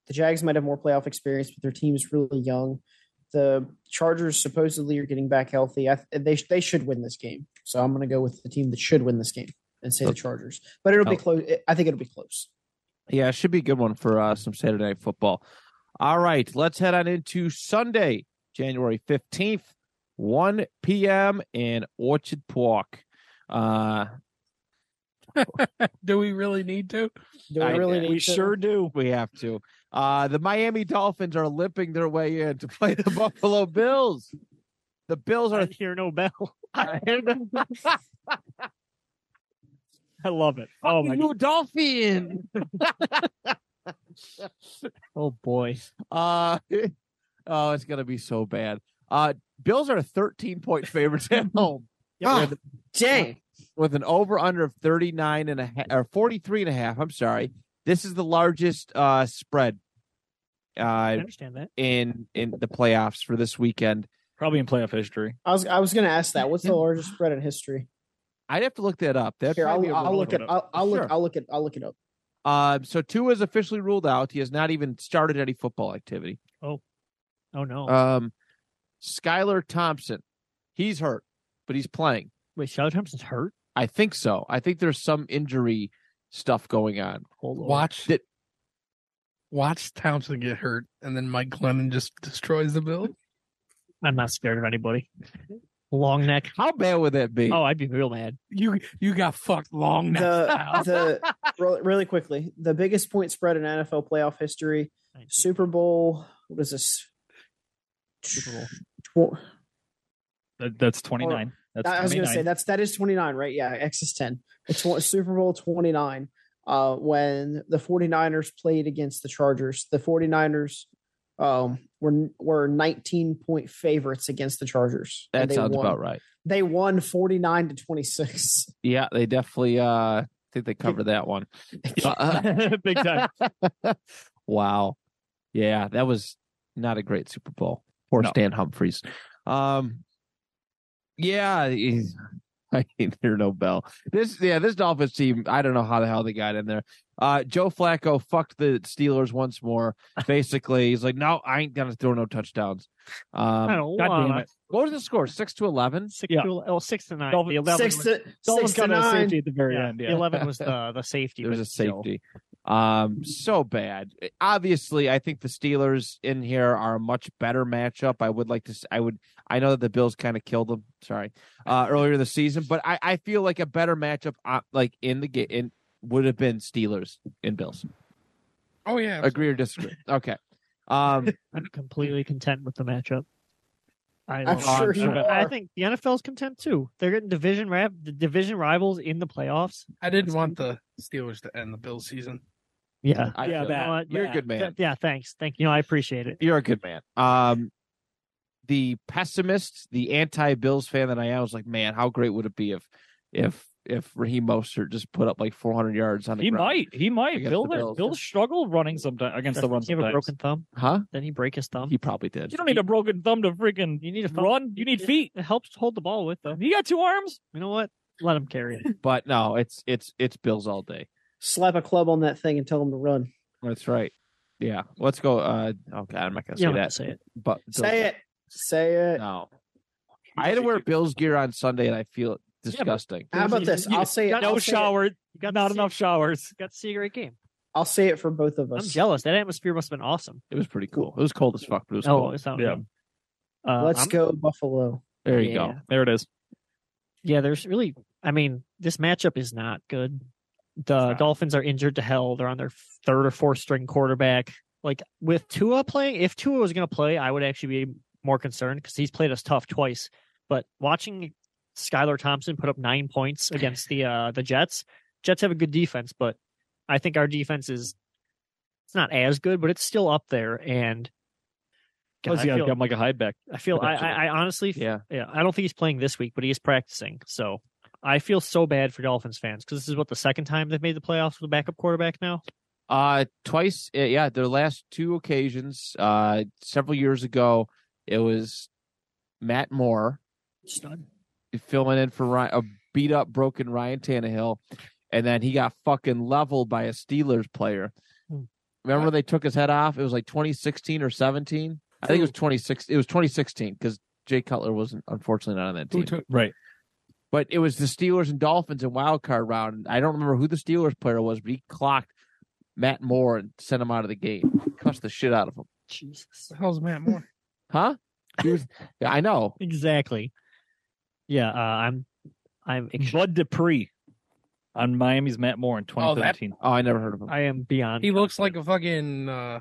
E: The Jags might have more playoff experience, but their team's really young. The Chargers supposedly are getting back healthy. I th- they they should win this game, so I'm going to go with the team that should win this game and say the Chargers. But it'll be
B: Oh.
E: close. I think it'll be close.
B: Yeah, it should be a good one for uh, some Saturday night football. All right, let's head on into Sunday, January 15th, 1 p.m. in Orchard Park. Uh,
A: Do we really need to?
E: Do we
B: I-
E: really need
D: We
E: to-
D: sure do.
B: we have to. Uh, the Miami Dolphins are limping their way in to play the Buffalo Bills. The Bills
C: I
B: are.
C: hear no bell. I love it. Oh my!
B: you Dolphin.
C: Oh boy!
B: Uh, oh, it's gonna be so bad. Uh, Bills are a 13 point favorites at home
E: Ah,
B: with,
E: dang.
B: with an over under of 39 and a half or 43 and a half. I'm sorry. This is the largest uh spread
C: I
B: uh
C: understand that.
B: in in the playoffs for this weekend.
D: Probably in playoff history.
E: I was I was going to ask that. What's the largest spread in history?
B: I'd have to look that up. That
E: Here, I'll, I'll look
B: at
E: at I'll, I'll look
B: Sure.
E: I'll look at I'll look it up.
B: Uh, so Tua is officially ruled out. He has not even started any football activity.
C: Oh no.
D: Uh,
B: Um, Skylar Thompson, he's hurt, but he's playing.
C: Wait, Skylar Thompson's hurt?
B: I think so. I think there's some injury stuff going on.
C: Hold on.
A: Watch
B: Did-
A: Watch Thompson get hurt, and then Mike Glennon just destroys the bill.
C: I'm not scared of anybody. Long neck.
B: How bad would that be?
C: Oh, I'd be real mad.
A: You you got fucked long now.
E: the, the re- really quickly the biggest point spread in NFL playoff history Super Bowl what is this
C: Super Bowl.
E: Tw-
D: That- that's 29. That's
E: I was going to say
D: 29.
E: that's that is 29 right yeah X is 10 it's one- Super Bowl 29 uh when the 49ers played against the Chargers the 49ers um were were 19 point favorites against the Chargers
B: that
E: and they
B: sounds
E: won.
B: about right.
E: they won 49 to 26
B: Yeah, they definitely. Uh, think they covered that one. Uh,
C: Big time.
B: wow. Yeah, that was not a great Super Bowl. Poor
D: No.
B: Stan Humphries. Um, yeah, he's- I ain't hear no bell. This yeah, this Dolphins team. I don't know how the hell they got in there. Uh, Joe Flacco fucked the Steelers once more. Basically, he's like, no, I ain't gonna throw no touchdowns.
C: I
B: Um,
C: don't
D: God damn
C: want
D: it.
B: what was the score? Six to eleven.
C: six
D: Yeah.
C: to el- oh, six to nine.
D: Dolphin-
C: the 11
E: six
C: was,
E: to,
D: Dolphins
E: six to
D: got a
E: nine.
D: safety at the very
C: yeah,
D: end.
C: the
D: Yeah.
C: eleven was the the safety.
B: There was
C: but
B: a
C: still.
B: safety. Um, so bad. Obviously, I think the Steelers in here are a much better matchup. I would like to. s- I would. I know that the Bills kind of killed them. Sorry, uh, earlier this season, but I, I feel like a better matchup, uh, like in the game, in would have been Steelers and Bills.
A: oh yeah,
B: Agree or disagree? Okay. Um,
C: I'm completely content with the matchup. I
E: I'm
C: love-
E: sure
B: you
C: I
E: are.
C: think the NFL's content too. They're getting division rap, the division rivals in the playoffs.
A: I didn't want the Steelers to end the Bill season.
C: Yeah,
B: I
D: Yeah,
B: feel-
D: that.
C: You know what?
B: You're a
C: Yeah.
B: good man.
C: Th- yeah, thanks. Thank you. know, I appreciate it.
B: You're a good man. Um, the pessimist, the anti-Bills fan that I am, was like, man, how great would it be if, if, if Raheem Mostert just put up like 400 yards on the
D: He
B: ground?
D: might. He might.
B: Against
D: Bill,
B: the Bills.
D: Bills. struggle running sometimes against the run.
C: he have a
D: sometimes.
C: broken thumb?
B: huh?
C: Then he break his thumb.
B: He probably did.
D: You don't need a broken thumb to freaking
C: you need a
D: run. You need feet.
C: It helps hold the ball with them.
D: You got two arms.
C: You know what? Let him carry it.
B: But no, it's it's it's Bills all day.
E: Slap a club on that thing and tell them to run.
B: That's right. Yeah, let's go. Uh, oh god, I'm not gonna say
C: You don't have
B: that.
C: to say it.
B: But
E: Say it. Say it.
B: No, I had to wear Bills gear on Sunday, and I feel disgusting.
E: How about this?
D: You-
E: I'll say it.
D: No
E: I'll say it.
D: shower.
C: You got
D: Not
C: to see-
D: enough showers.
C: you Got to see a great game.
E: I'll say it for both of
C: I'm
E: us.
C: jealous. That atmosphere must have been awesome.
B: it was pretty cool. It was cold as fuck, but it was
C: Oh,
B: cool.
C: it's not.
D: Yeah.
C: Uh,
E: Let's
C: I'm-
E: go Buffalo.
B: There you
C: yeah.
B: go.
D: There it is.
C: Yeah, there's really. I mean, this matchup is not good. The
D: not.
C: Dolphins are injured to hell. They're on their third or fourth string quarterback. Like with Tua playing, if Tua was going to play, I would actually be more concerned because he's played us tough twice. But watching Skylar Thompson put up nine points against the uh, the Jets. Jets have a good defense, but I think our defense is it's not as good, but it's still up there. And God,
D: Plus,
C: I
D: you got
C: feel-
D: got Micah Hyde back.
C: I feel I,
D: Potentially.
C: I, I honestly,
B: Yeah.
C: yeah, I don't think he's playing this week, but he is practicing. So I feel so bad for Dolphins fans because this is what the second time they've made the playoffs with a backup quarterback now.
B: Uh twice uh, yeah, their last two occasions uh several years ago it was Matt Moore
C: Stud.
B: filling in for Ryan, a beat up broken Ryan Tannehill and then he got fucking leveled by a Steelers player.
C: Hmm.
B: Remember when they took his head off? It was like 2016 or 17. I think it was 26 it was 2016 cuz Jay Cutler wasn't unfortunately not on that
A: Who
B: team.
A: took?
D: Right.
B: But it was the Steelers and Dolphins in wild card round. I don't remember who the Steelers player was, but he clocked Matt Moore and sent him out of the game. Cussed the shit out of him.
C: Jesus.
A: The hell's Matt Moore?
B: Huh? He was, yeah, I know.
C: Exactly. Yeah, uh, I'm. I'm.
A: Hmm.
C: ex-
D: Bud Dupree on Miami's Matt Moore in
A: Oh, that-
D: 2013.
B: Oh, I never heard of him.
C: I am beyond.
A: He looks like a fucking. Uh,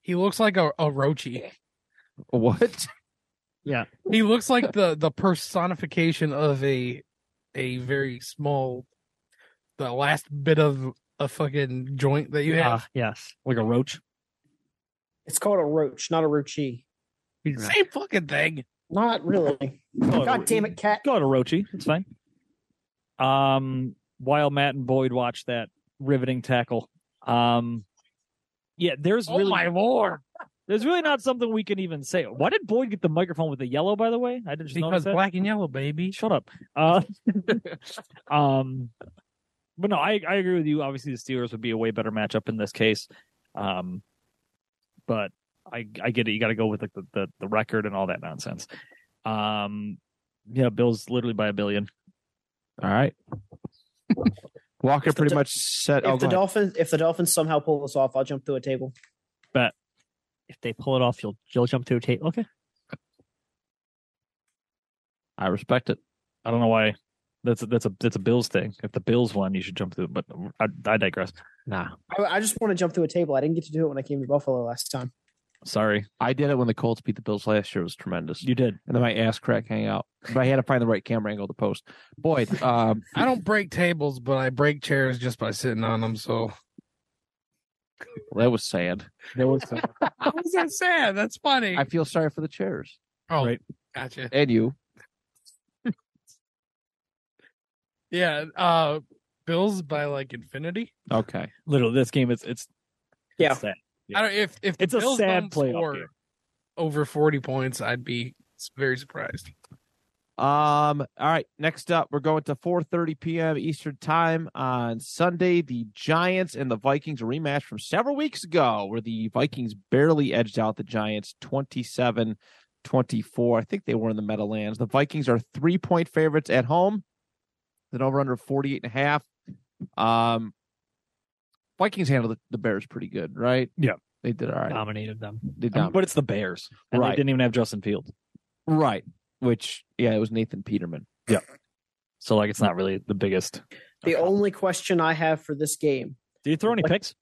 A: he looks like a, a Rochi.
B: What?
A: He looks like the the personification of a a very small, the last bit of a fucking joint that you have.
C: Ah, yes.
D: like a roach.
E: It's called a roach, not a roachie.
A: Same fucking thing.
E: Not really.
D: Call it a
E: God
D: roach.
E: damn it, cat.
D: Go to Rochi. It's fine. Um, while Matt and Boyd watch that riveting tackle. Um, yeah, there's
A: Oh
D: really
A: my lord!
D: there's really not something we can even say. Why did Boyd get the microphone with the yellow? By the way, I didn't just notice
A: Because
D: that.
A: black and yellow, baby.
D: Shut up. Uh, um, but no, I I agree with you. Obviously, the Steelers would be a way better matchup in this case. Um, but I I get it. You got to go with like the, the the record and all that nonsense. Um, yeah, Bills literally by a billion.
B: All right. Walker
E: If the
B: pretty
E: Do-
B: much set.
E: If
B: Oh,
E: the
B: go ahead.
E: Dolphins, if the Dolphins somehow pull this off, I'll jump through a table.
C: If they pull it off, you'll you'll jump through a tape. Okay.
B: I respect it.
D: I don't know why. That's a, that's a that's a Bills thing. If the Bills won, you should jump through. But I, I digress.
B: Nah,
E: I, I just want to jump through a table. I didn't get to do it when I came to Buffalo last time.
D: Sorry,
B: I did it when the Colts beat the Bills last year. It was tremendous.
D: you did.
B: and then my ass crack hang out. But I had to find the right camera angle to post. Boyd, um,
A: I don't break tables, but I break chairs just by sitting on them. So
B: that was sad.
D: There was
A: how is that sad? That's funny.
B: I feel sorry for the chairs
A: oh,
D: right.
A: gotcha.
B: and you.
A: Yeah. Uh, Bills by like infinity.
B: Okay,
D: literally this game. It's it's
E: Yeah.
D: It's sad.
A: I don't. If if the
D: It's a
A: Bills
D: sad
A: don't
D: playoff
A: score
D: game.
A: over forty points, I'd be very surprised.
B: Um, all right. Next up, we're going to 4:30 p.m. Eastern Time on Sunday. The Giants and the Vikings a rematch from several weeks ago, where the Vikings barely edged out the Giants 27-24. I think they were in the Meadowlands. The Vikings are three-point favorites at home. Then over under 48 and a half. Um, Vikings handled the- the Bears pretty good, right?
D: Yeah.
B: they did all right.
C: Dominated them.
B: they
D: I mean,
B: dom-
D: Um, but it's the Bears, and
B: Right.
D: they didn't even have Justin Fields.
B: right? Which yeah, it was Nathan Peterman.
D: So like, it's not really the biggest. Okay.
E: The only question I have for this game:
D: Did you throw any
E: What-
D: picks?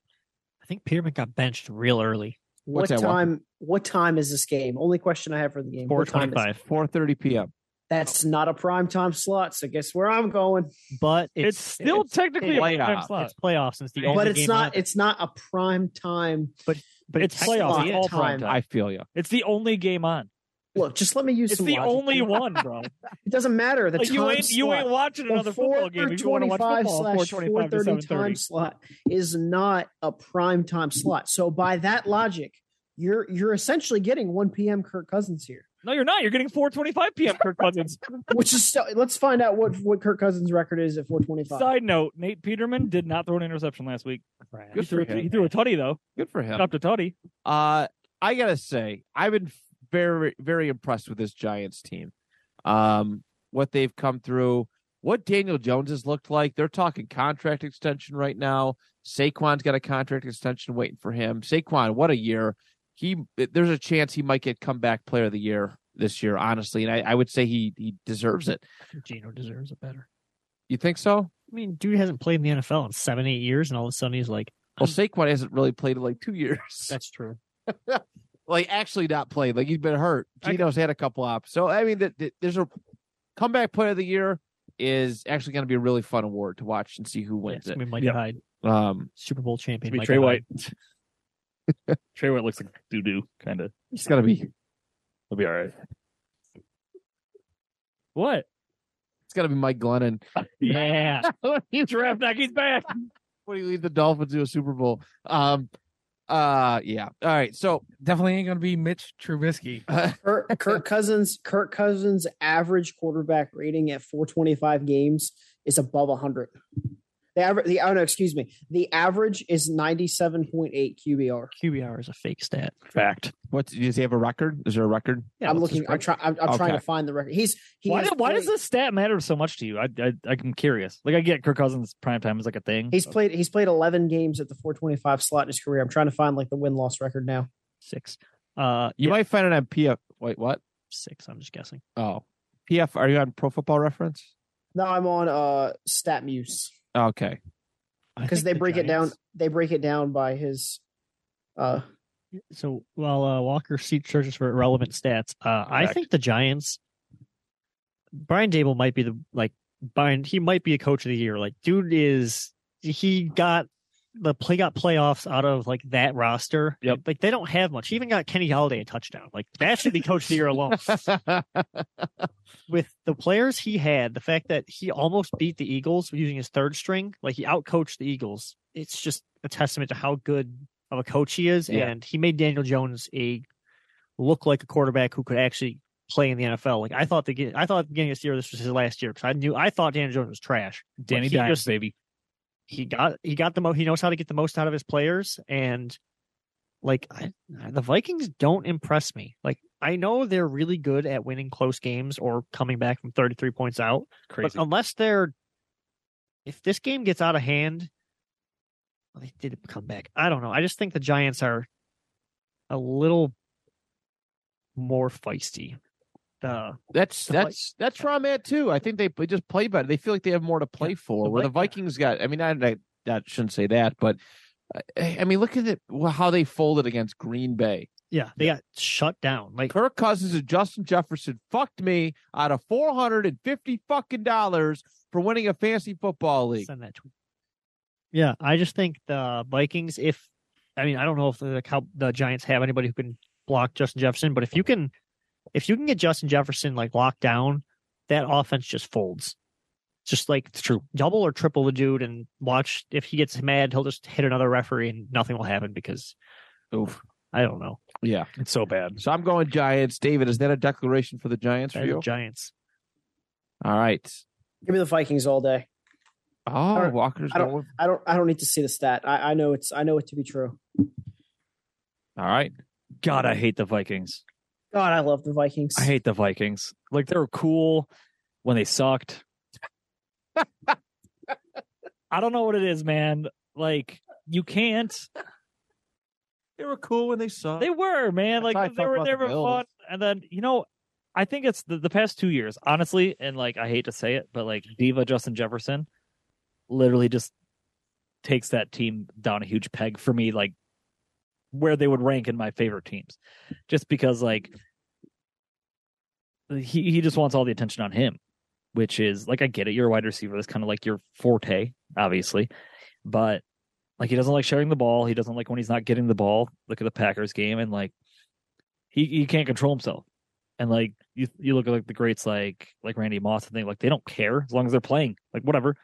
C: I think Peterman got benched real early.
B: What's
E: what
B: that, Walker?
E: time? What time is this game? Only question I have for the game:
C: Four
E: What time is-
C: twenty-five.
B: 4:30 p.m.
E: That's not a prime time slot, so guess where I'm going.
C: But it's,
D: It's, still
C: it's,
D: technically
B: it's
D: a prime
B: playoff.
D: slot.
C: it's playoffs. and It's the only
E: But it's
C: game
E: not.
C: left.
E: It's not a prime time.
C: but
D: it's
C: technically
E: playoffs.
C: is.
D: All prime
E: time.
D: time.
B: I feel you.
D: It's the only game on.
E: Look, just let me use.
D: It's
E: some
D: the
E: logic.
D: only one, bro.
E: It doesn't matter. The
D: Like,
E: time
D: you ain't you
E: slot.
D: ain't watching
E: The
D: another football game. If you want to watch
E: 425
D: football,
E: slash
D: 425 to
E: 430 time
D: 730.
E: slot is not a prime time slot. So by that logic, you're you're essentially getting 1 p.m. Kirk Cousins here,
D: No, you're not. You're getting 425 p.m. Kirk Cousins.
E: which is so, let's find out what what Kirk Cousins' record is at 425.
D: Side note: Nate Peterman did not throw an interception last week.
C: Right.
D: He
B: Good for
D: threw,
B: him.
D: he threw a tutty though.
B: Good for him.
D: Up to tutty.
B: Uh, I gotta say, I've been very, very impressed with this Giants team. Um, what they've come through, what Daniel Jones has looked like. They're talking contract extension right now. Saquon's got a contract extension waiting for him. Saquon, what a year! He there's a chance he might get comeback player of the year this year, honestly, and I, I would say he he deserves it.
C: Gino deserves it better.
B: You think so?
C: I mean, dude hasn't played in the NFL in seven, eight years, and all of a sudden he's like,
B: Well, Saquon hasn't really played in like two years.
C: "That's true."
B: like actually not played. Like he's been hurt.
C: I-
B: Gino's had a couple ops. So I mean, th- th- there's a comeback player of the year is actually going to be a really fun award to watch and see who wins
C: Yes, I
B: it.
C: mean, Mike
D: Yeah.
C: Hyde,
B: Um,
C: Super Bowl champion.
D: Be
C: Micah
D: Trey
C: Hyde.
D: White. Trey White looks like doo doo, kind of.
B: it's going to be
D: He'll be all right. What?
B: it's going to be Mike Glennon.
C: Yeah.
D: He's draft knock. He's back.
B: What do you lead the Dolphins to a Super Bowl? Um, uh, yeah. All right. So
A: Definitely ain't gonna be Mitch Trubisky.
E: Kirk, Kirk Cousins Kirk Cousins average quarterback rating at 425 games is above 100. The average the oh no, excuse me. The average is 97.8 QBR.
C: QBR is a fake stat.
D: Fact.
B: what does he have a record? Is there a record?
C: Yeah,
E: I'm
C: what's his
E: looking. I'm
C: record?
E: trying. I'm, I'm trying
B: Okay.
E: to find the record. He's. He
D: why
E: has
D: do- why does
E: played-
D: this stat matter so much to you? I, I I'm curious. Like I get Kirk Cousins prime time is like a thing.
E: He's played. He's played 11 games at the 425 slot in his career. I'm trying to find like the win loss record now.
C: six. Uh,
B: You might find it on PF. Wait, what?
C: six. I'm just guessing.
B: Oh, PF. Are you on Pro Football Reference?
E: No, I'm on uh StatMuse
B: Okay.
C: I
E: because
C: think
E: they
C: the
E: break it down.
C: Giants-
E: They break it down by his. Uh,
C: So while uh, Walker seat searches for irrelevant stats, uh, I
D: Correct.
C: think the Giants. Brian Dable might be the like Brian. He might be a coach of the year. Like, dude is he got the play got playoffs out of like that roster.
D: Yep.
C: Like they don't have much. He even got Kenny Galladay a touchdown. Like that should be coach of the year alone. with the players he had, the fact that he almost beat the Eagles using his third string, like he outcoached the Eagles. It's just a testament to how good of a coach he is,
B: Yeah.
C: and he made Daniel Jones a look like a quarterback who could actually play in the NFL. Like I thought the ge- I thought at the beginning of this year this was his last year because I knew I thought Daniel Jones was trash.
D: Danny
C: he
D: Dimes,
C: just-
D: baby.
C: he got he got the most he knows how to get the most out of his players and like I, the Vikings don't impress me. Like I know they're really good at winning close games or coming back from 33 points out,
D: Crazy.
C: but unless they're if this game gets out of hand, well, they did come back. I don't know. I just think the Giants are a little more feisty. Uh,
B: That's
C: The Vi-
B: that's that's where I'm at too. I think they p- just play better. They feel like they have more to play for.
C: the
B: where the
C: Vi- yeah.
B: Vikings got, I mean, I, I, I shouldn't say that, but I, I mean, look at it, wh- how they folded against Green Bay.
C: yeah, they got shut down. Like
B: Kirk Cousins and Justin Jefferson fucked me out of four hundred and fifty fucking dollars for winning a fantasy football league.
C: Send that tweet. Yeah, I just think the Vikings. If I mean, I don't know if the Cow- the Giants have anybody who can block Justin Jefferson, but if you can, if you can get Justin Jefferson like locked down, that offense just folds. Just like
D: It's true.
C: double or triple the dude and watch. If he gets mad, he'll just hit another referee and nothing will happen because
D: Oof.
C: I don't know.
B: Yeah,
D: It's so bad.
B: so I'm going Giants. David, is that a declaration for the Giants for
C: The
B: you?
C: Giants.
B: All right.
E: Give me the Vikings all day.
B: Oh,
E: don't-
B: Walker's
E: I don't-
B: going.
E: I don't. I don't need to see the stat. I, I know it's. I know it to be true.
B: All right.
D: God, I hate the Vikings.
E: God, I love the Vikings.
D: I hate the Vikings. Like they were cool when they sucked. I don't know what it is, man. Like you can't.
B: They were cool when they saw.
D: They were, man.
B: That's how I
D: Like they
B: felt
D: were
B: about
D: there
B: the
D: for fun. And then you know, I think it's the, the past two years, honestly. And like I hate to say it, but like Diva Justin Jefferson, literally just takes that team down a huge peg for me. Like where they would rank in my favorite teams, just because like he he just wants all the attention on him, which is like I get it. You're a wide receiver. That's kind of like your forte, obviously, but like he doesn't like sharing the ball. He doesn't like when he's not getting the ball. Look at the Packers game and like he he can't control himself. And like you you look at like the greats like like Randy Moss and thing like they don't care as long as they're playing like whatever.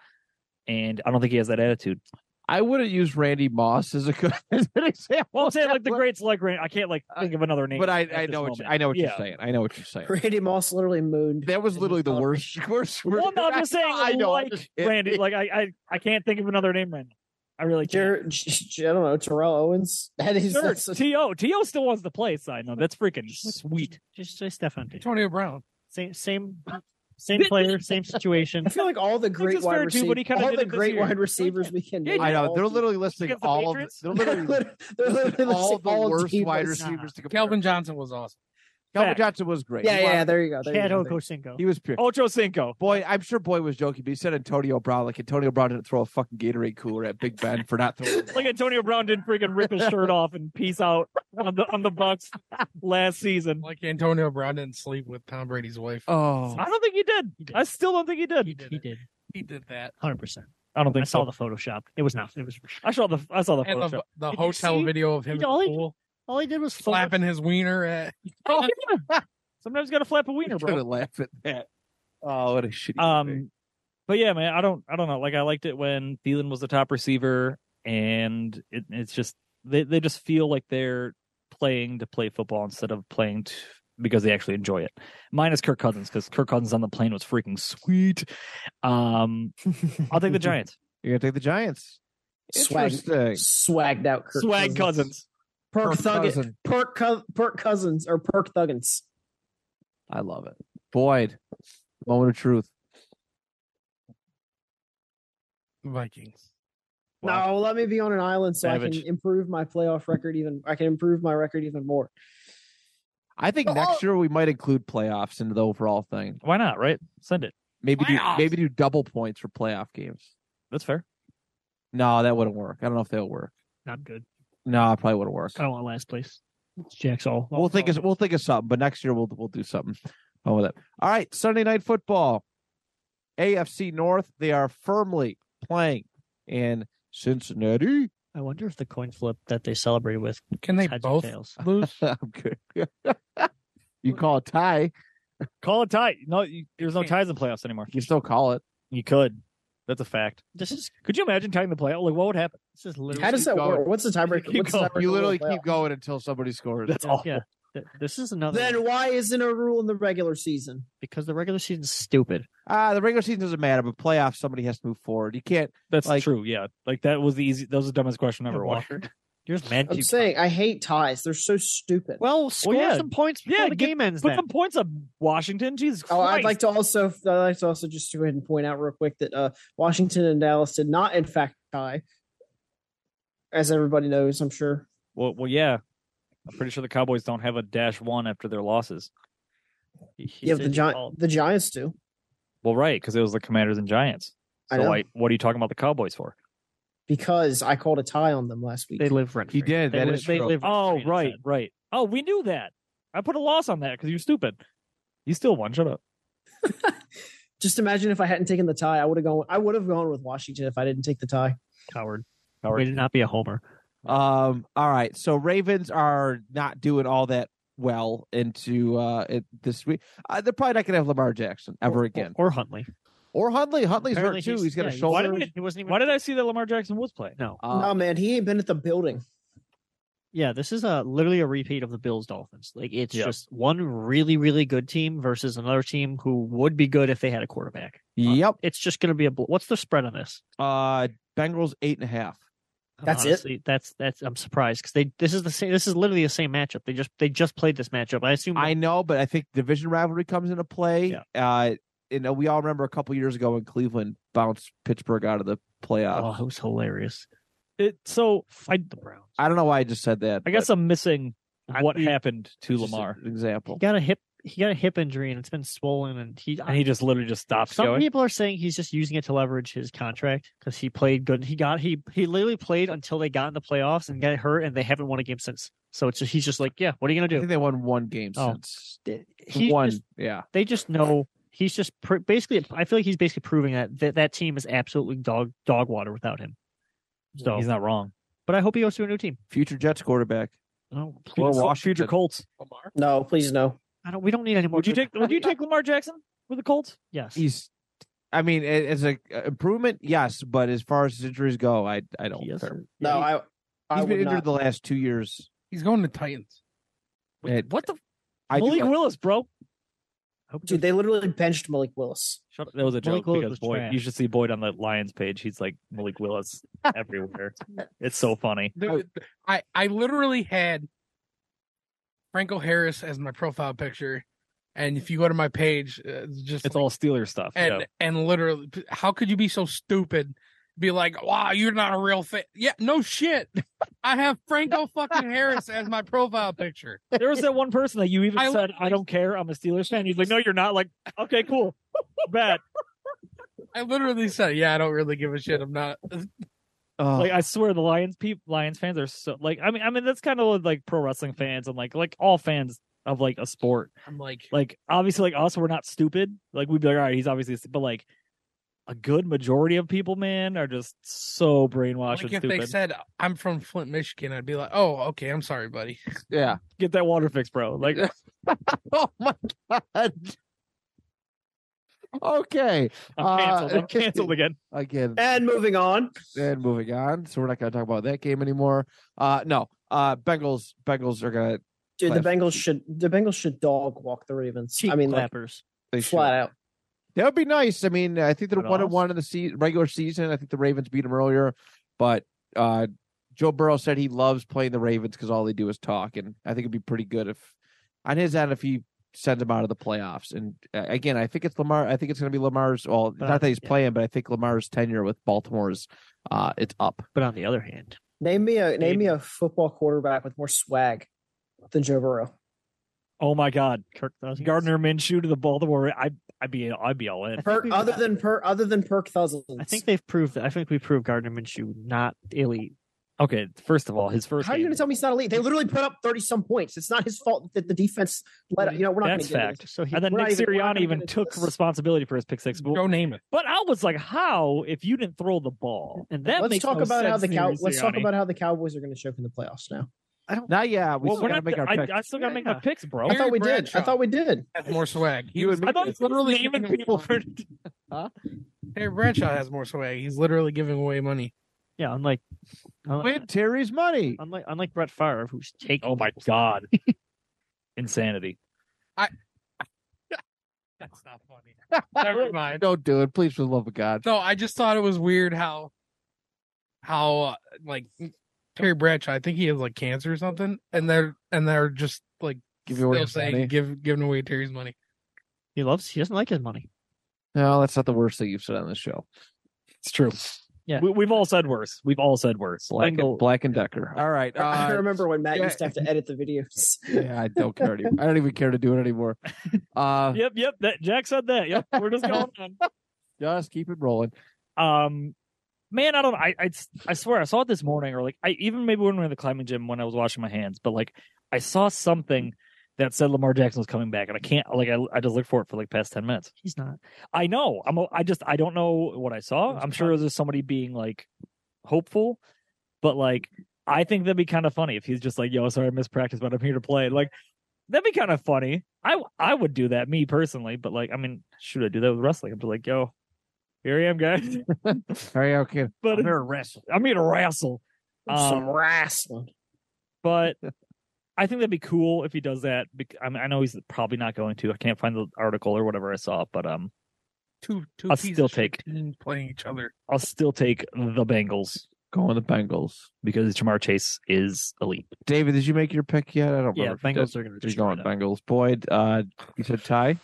D: And I don't think he has that attitude.
B: I wouldn't use Randy Moss as a good as an example.
D: Well, I'm saying like the
B: Well-
D: greats like Randy. I can't like think of another name.
B: But I,
D: at
B: I
D: this
B: know what you,
D: moment.
B: I know what
D: Yeah.
B: you're saying. I know what you're saying.
E: Randy Moss literally mooned.
B: That was
E: And
B: literally the
E: he's
B: worst. worst,
D: uh, Well, no, I'm
B: I
D: just saying
B: know, I know, I'm
D: like
B: just-
D: Randy. Like I, I I can't think of another name right now. I really can't.
E: Jer- J- I don't know Terrell Owens. That is
D: Sure,
E: that's-
D: To To still wants to play. Side note, that's freaking sweet.
C: Just say Stefan. Diggs.
A: Antonio Brown.
C: Same same same player, same situation.
E: I feel like all the great
D: is
E: wide
D: fair, too,
E: receivers,
D: but he kinda
E: all
D: did
E: the
D: it this
E: great
D: year.
E: wide receivers we can.
D: Yeah,
E: name
B: I know
E: all
B: they're
E: teams.
B: literally listing
D: Against the
B: all of.
D: Patriots?
B: They're
E: They're
B: literally
E: literally- they're literally
B: all
E: listing
B: the
E: all
B: worst
E: teams.
B: wide receivers to compare.
A: Calvin Johnson was awesome.
B: Calvin
D: Fact.
B: Johnson was great.
E: Yeah,
B: He
E: yeah,
B: was-
E: there you go. There you
C: Chad
E: go, there you
C: Ochocinco.
B: He was pure.
D: Ocho Cinco.
B: Boy, I'm sure Boy was joking, but he said Antonio Brown. Like Antonio Brown didn't throw a fucking Gatorade cooler at Big Ben for not throwing.
D: Like Antonio Brown didn't freaking rip his shirt off and peace out on the on the Bucks last season.
A: Like Antonio Brown didn't sleep with Tom Brady's wife.
B: oh,
D: I don't think he did.
C: He did.
D: I still don't think he did.
C: He did. He did.
A: He did that.
C: Hundred percent.
D: I don't
C: I
D: think
C: saw
D: so. um,
C: the Photoshop. It was not. It was.
D: I saw the I saw the
A: And
D: photo.
A: the, the
C: Did you
A: hotel
C: see-
A: video of him
C: you
A: in the
C: know, like-
A: pool
C: All he did was Photoshop.
A: slapping his wiener at.
D: Sometimes you gotta flap a
B: I
D: wiener, bro.
B: couldn't laugh at that. Oh, what a shitty. thing.
D: Um, but yeah, man, I don't, I don't know. Like, I liked it when Thielen was the top receiver, and it, it's just they, they just feel like they're playing to play football instead of playing to, because they actually enjoy it. Minus Kirk Cousins because Kirk Cousins on the plane was freaking sweet. Um, I'll take the Giants.
B: you're gonna take the Giants.
E: Swag.
B: Interesting.
E: go. Swagged out Kirk
D: Swag Cousins.
E: Perk,
B: Kirk
E: Thuggins.
B: Cousins.
E: Perk, Cous- Perk Cousins or Perk Thuggins.
B: I love it. Boyd, moment of truth.
A: Vikings.
E: No, let me be on an island so I
D: Savage.
E: can improve my playoff record even. I can improve my record even more.
B: I think next year we might include playoffs into the overall thing.
D: Why not? Right? Send it.
B: Maybe do,
A: Playoffs?
B: maybe do double points for playoff games.
D: That's fair.
B: No, that wouldn't work. I don't know if that'll work.
C: Not good.
B: No, it probably wouldn't work.
C: I don't want last place. It's Jack's all.
B: Oh, We'll think of, we'll think of something, but next year we'll we'll do something fun with it. All right, Sunday night football. AFC North, they are firmly playing in Cincinnati.
C: I wonder if the coin flip that they celebrated with
A: Can they
C: heads
A: both
C: or tails.
A: lose?
B: I'm good. you call it tie,
D: Call it tight. No, you, there's no
A: Can't.
D: ties in playoffs anymore.
B: you still call it.
D: You could. That's a fact.
C: This is
D: Could you imagine tying the playoff? Like, what would happen?
C: this is literally.
E: How does
B: keep
E: that
B: going.
E: work? What's the tiebreaker?
D: Keep
E: What's the
D: going.
E: tiebreaker
B: You
E: in the
B: literally
E: playoff?
B: keep going until somebody scores.
D: That's awful.
C: yeah. Th- This is another
E: Then
C: one,
E: why isn't a rule in the regular season?
C: because the regular season's stupid.
B: Ah, the regular season doesn't matter, but playoffs somebody has to move forward. You can't.
D: That's
B: Like-
D: true. Yeah, like that was the easy. That was the dumbest question ever. Walker.
C: You're just mad.
E: I'm
C: you-
E: saying I hate ties. They're so stupid.
B: Oh,
C: well, score
D: yeah.
C: some points before
D: Yeah,
C: the
D: get-
C: game ends.
D: Put
C: then.
D: some points up, Washington. Jesus
E: Oh,
D: Christ.
E: I'd like to also I'd like to also just go ahead and point out real quick that uh, Washington and Dallas did not in fact tie, as everybody knows, I'm sure.
D: Well, well, yeah. I'm pretty sure the Cowboys don't have a dash one after their losses.
E: yeah, but the Gi- the Giants do.
D: Well, right, because it was the Commanders and Giants.
E: I
D: So,
E: know.
D: like, what are you talking about the Cowboys for?
E: because I called a tie on them last week.
C: They live rent.
B: He did,
C: They
B: that
C: li-
B: is
C: they
B: true.
C: live
D: Oh,
C: rent-free
D: right,
C: inside.
D: right. Oh, we knew that. I put a loss on that because you're stupid. You still won. Shut up.
E: Just imagine if I hadn't taken the tie, I would have gone. I would have gone with Washington if I didn't take the tie.
C: Coward.
D: Coward.
C: Way to not be a homer.
B: Um. All right. So Ravens are not doing all that well into uh it, this week. Uh, they're probably not going to have Lamar Jackson ever
C: Or-
B: again,
C: Or, Huntley.
B: or Huntley. Huntley's
C: Apparently
B: hurt too. He's got
C: yeah,
B: a shoulder.
D: Why did we-
C: He wasn't even.
D: Why did I see that Lamar Jackson was playing?
C: no.
B: Uh,
E: no, man, he ain't been at the building.
C: Yeah, this is a literally a repeat of the Bills Dolphins. Like it's
D: Yeah.
C: just one really really good team versus another team who would be good if they had a quarterback.
B: Yep.
C: It's just going to be a bl- what's the spread on this?
B: Uh, Bengals eight and a half.
E: That's it?
C: it. That's that's I'm surprised because they this is the same. This is literally the same matchup. They just they just played this matchup. I assume
B: I know, but I think division rivalry comes into play. Uh, you know, we all remember a couple years ago when Cleveland bounced Pittsburgh out of the playoff.
C: Oh, it was hilarious.
D: It, so I,
C: The Browns.
B: I don't know why I just said that.
D: I guess I'm missing
B: I-
D: what
B: he-
D: happened
B: but
D: to
B: it's just
D: Lamar,
B: an example.
C: He got a hip. He got a hip injury and it's been swollen. And he.
D: and he just literally just stopped
C: some
D: going.
C: people are saying he's just using it to leverage his contract because he played good. He got he he literally played until they got in the playoffs and got hurt, and they haven't won a game since. So it's just, he's just like, yeah, what are you
B: I
C: gonna
B: think they won one game
C: Oh.
B: since
C: do? He
B: one.
C: just-
B: yeah,
C: they just know he's just pr- basically. I feel like he's basically proving that that, that team is absolutely dog dog water without him. So,
D: He's not wrong.
C: but I hope he goes to a new team.
B: future Jets quarterback.
C: No,
B: Well,
D: Future Col-
B: Washington-
D: future Colts.
A: Lamar.
E: No, please no.
C: I don't. We don't need any more.
D: Would you
C: good-
D: take? Would you take Lamar Jackson with the Colts?
C: Yes.
B: He's, I mean, a- as a a improvement, yes, but as far as his injuries go, I I don't.
C: He
B: care.
C: is-
E: No,
C: yeah,
E: I. I
B: He's been
E: would
B: injured
E: not.
B: the last two years.
A: He's going to Titans.
B: It-
D: what the
B: I do-
D: Malik Willis, bro?
C: I hope he
E: Dude,
C: goes-
E: they literally benched Malik Willis.
D: Shut up. That was a
C: Malik
D: joke
C: Willis
D: because
C: was
D: Boyd.
C: trash.
D: You should see Boyd on the Lions page. He's like Malik Willis everywhere. It's so funny.
A: There-
B: Oh.
A: I I literally had Franco Harris as my profile picture, and if you go to my page, uh, it's just
D: It's all Steeler stuff.
A: and
D: yeah.
A: and literally, how could you be so stupid? Be like, wow, you're not a real fan. Yeah, no shit. I have Franco fucking Harris as my profile picture.
D: There was that one person that you even
A: I-
D: said, "I don't care. I'm a Steelers fan." He's like, "No, you're not." Like, okay, cool, bet.
A: I literally said, yeah, I don't really give a shit. I'm not.
B: Oh,
D: Like, I swear, the Lions peop Lions fans are so like. I mean, I mean, that's kind of what, like pro wrestling fans and like like all fans of like a sport.
A: I'm like,
D: like obviously like us we're not stupid like we'd be like all right he's obviously st-" but like a good majority of people man are just so brainwashed
A: like
D: and
A: if they
D: stupid
A: said I'm from Flint, Michigan, I'd be like, oh, okay, I'm sorry, buddy.
B: yeah.
D: get that water fixed bro like
B: Oh my god. Okay.
D: i'm canceled
B: Uh,
D: i'm canceled again
B: Again,
E: And moving on,
B: and moving on. So we're not going to talk about that game anymore. Uh, no. Uh, Bengals. Bengals are going to.
E: dude, the
B: Class.
E: Bengals should the Bengals should dog walk the Ravens.
C: cheek
E: I mean, like,
C: clappers.
B: They should.
E: flat out.
B: That would be nice. I mean, I think they're
D: But
B: one and
D: also-
B: one in the se- regular season. I think the Ravens beat them earlier, but uh, Joe Burrow said he loves playing the Ravens because all they do is talk, and I think it'd be pretty good if on his end if he sends them out of the playoffs. And uh, again, I think it's Lamar. I think it's going to be Lamar's. Well,
C: But I-
B: not that he's
C: yeah.
B: playing, but I think Lamar's tenure with Baltimore's uh, it's up.
C: But on the other hand,
E: Name me a name me a football quarterback with more swag than Joe Burrow.
D: oh my god
C: Kirk Cousins.
D: gardner minshew to the baltimore i i'd be i'd be all in
E: Perk,
C: we've-
E: other than per other than Perk Cousins.
C: I think they've proved that. I think we proved Gardner Minshew not elite.
D: okay first of all his first
E: How are you
D: game-
E: going to tell me he's not elite? They literally put up thirty some points. It's not his fault that the defense let. You know, we're not going
D: That's
E: to get into
D: fact.
E: this.
C: So he
D: and then
E: we're
D: Nick
E: not even- we're
D: Sirianni
E: not gonna
D: even
E: get into
D: took
E: this.
D: responsibility for his pick six. But,
A: Go name it.
D: but I was like, "How if you didn't throw the ball?"
C: And
D: That
E: Let's
D: makes
E: talk
D: no
E: about how
D: sense,
E: the cow. Let's talk
D: Sirianni.
E: about how the Cowboys are going to choke in the playoffs now.
B: Now, yeah, we
D: Well,
B: still
D: we're
B: got to
D: not.
B: make our
D: I,
B: pick.
D: I still got to make my
C: Yeah.
D: picks, bro.
E: I
A: Terry
E: thought we did. I
A: Bradshaw.
E: thought we did.
A: Has more swag. He
B: You
A: was,
B: and me.
D: I thought he was literally naming people for
A: Terry Bradshaw has more swag. He's literally giving away money.
C: yeah, unlike unlike,
B: Win Terry's money.
C: unlike unlike Brett Favre, who's taking.
D: Oh my god. insanity.
A: That's not funny. Never mind.
B: Don't do it, please, for the love of God.
A: No, I just thought it was weird how, how uh, like Terry Bradshaw. I think he has like cancer or something, and they're and they're just like
B: Give you away
A: still
B: his money.
A: saying give giving away Terry's money.
C: He loves. He doesn't like his money.
B: No, that's not the worst thing you've said on this show.
D: It's true.
C: Yeah.
D: We, we've all said worse. We've all said worse.
B: Black,
D: Like,
B: and, Black and Decker. All right. Uh,
E: I remember when Matt
B: yeah.
E: used to have to edit the videos.
B: Yeah, I don't care anymore. I don't even care to do it anymore. Uh,
C: Yep, yep. That Jack said that. Yep, we're just going on.
B: Just keep it rolling.
C: Um, man, I don't. I, I I swear I saw it this morning, or like I even maybe when we were in the climbing gym when I was washing my hands. But like I saw something that said Lamar Jackson was coming back, and I can't like I I just looked for it for like past ten minutes. He's not. I know. I'm. A, I just I don't know what I saw. I'm sure it was just somebody being like hopeful, but like I think that'd be kind of funny if he's just like, "Yo, sorry I missed practice, but I'm here to play." Like that'd be kind of funny. I I would do that me personally, but like I mean, should I do that with wrestling? I'm just like, "Yo, here I am, guys."
B: All right, okay.
C: but
B: I'm here to wrestle.
C: I'm here to wrestle.
E: Some
C: Um,
E: wrestling.
C: but I think that'd be cool if he does that. bec- I, mean, I know he's probably not going to. I can't find the article or whatever I saw, but um,
A: Two two
C: I'll
A: pieces
C: still
A: of shit
C: take-
A: teams playing each other.
C: I'll still take the Bengals
B: Going the Bengals.
D: because
C: Jamar Chase is elite.
B: David, did you make your pick yet? I don't remember. if you
C: are going
B: did. You're going Bengals. Boyd, uh, you said tie.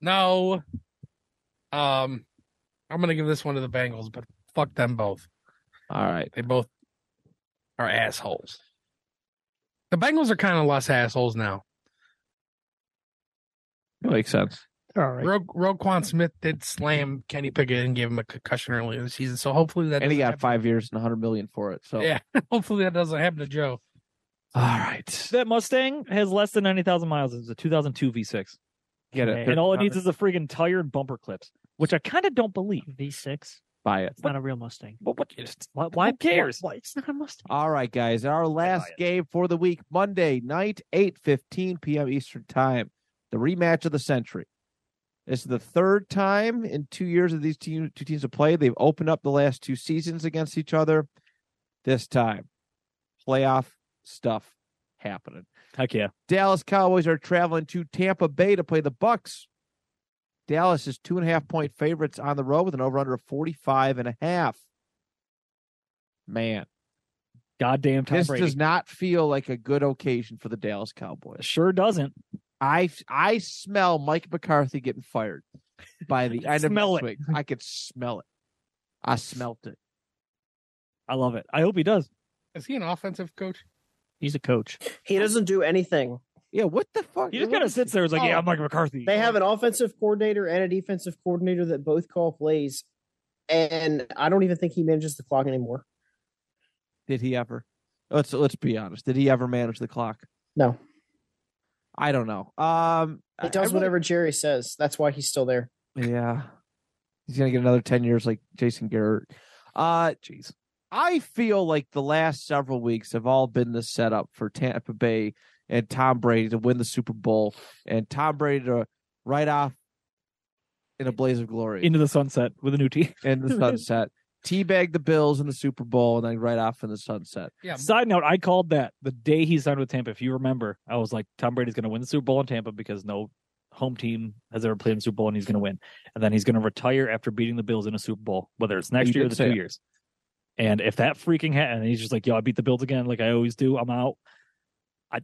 A: No, um, I'm gonna give this one to the Bengals, but fuck them both.
B: All right.
A: They both are assholes. The Bengals are kind of less assholes now.
B: That makes sense.
C: All right.
A: Ro- Roquan Smith did slam Kenny Pickett and gave him a concussion earlier this season, so hopefully that
B: And he
A: doesn't
B: got five years and a hundred million for it. So
A: Yeah. happen- hopefully that doesn't happen to Joe.
B: all right.
D: that Mustang has less than 90,000 miles. It's a 2002 V6.
B: Get it.
D: And all it needs is a friggin' tire and bumper clips, which I kind of don't believe.
C: V6.
B: buy it.
C: It's not a real Mustang.
D: But what?
C: Why? why
D: Who cares?
C: Why, why- it's not a Mustang.
B: All right, guys. Our last
D: it.
B: game for the week, Monday night, eight fifteen p.m. Eastern Time. The rematch of the century. This is the third time in two years of these team, two teams have played. They've opened up the last two seasons against each other. This time, playoff stuff happening.
D: Heck yeah.
B: Dallas Cowboys are traveling to Tampa Bay to play the Bucks. Dallas is two and a half point favorites on the road with an over under of 45 and a half. Man,
D: Goddamn Tom
B: this
D: Brady.
B: does not feel like a good occasion for the Dallas Cowboys.
D: Sure doesn't.
B: I I smell Mike McCarthy getting fired by the end
D: Smell
B: of
D: it.
B: this week. I could smell it. I smelt it.
D: I love it. I hope he does.
A: Is he an offensive coach?
C: He's a coach.
E: He doesn't do anything.
B: Yeah, what the fuck?
D: He just kind of sits there. It's like,
E: Oh.
D: yeah, I'm Mike McCarthy.
E: They have an offensive coordinator and a defensive coordinator that both call plays, and I don't even think he manages the clock anymore.
B: Did he ever? Let's let's be honest. Did he ever manage the clock?
E: No,
B: I don't know. Um, I- I
E: he does
B: really-
E: whatever Jerry says. That's why he's still there.
B: Yeah. He's gonna get another ten years like Jason Garrett. Uh
D: Jeez.
B: I feel like the last several weeks have all been the setup for Tampa Bay and Tom Brady to win the Super Bowl and Tom Brady to ride off in a blaze of glory in,
D: Into the sunset with a new team.
B: the sunset. Teabag the Bills in the Super Bowl and then ride off in the sunset.
A: Yeah.
D: Side note, I called that the day he signed with Tampa. If you remember, I was like, Tom Brady's going to win the Super Bowl in Tampa because no home team has ever played in the Super Bowl and he's going to win. And then he's going to retire after beating the Bills in a Super Bowl, whether it's next
B: You
D: year or
B: did
D: the
B: say
D: two
B: it.
D: years. And if that freaking ha and he's just like, yo, I beat the Bills again, like I always do, I'm out. I,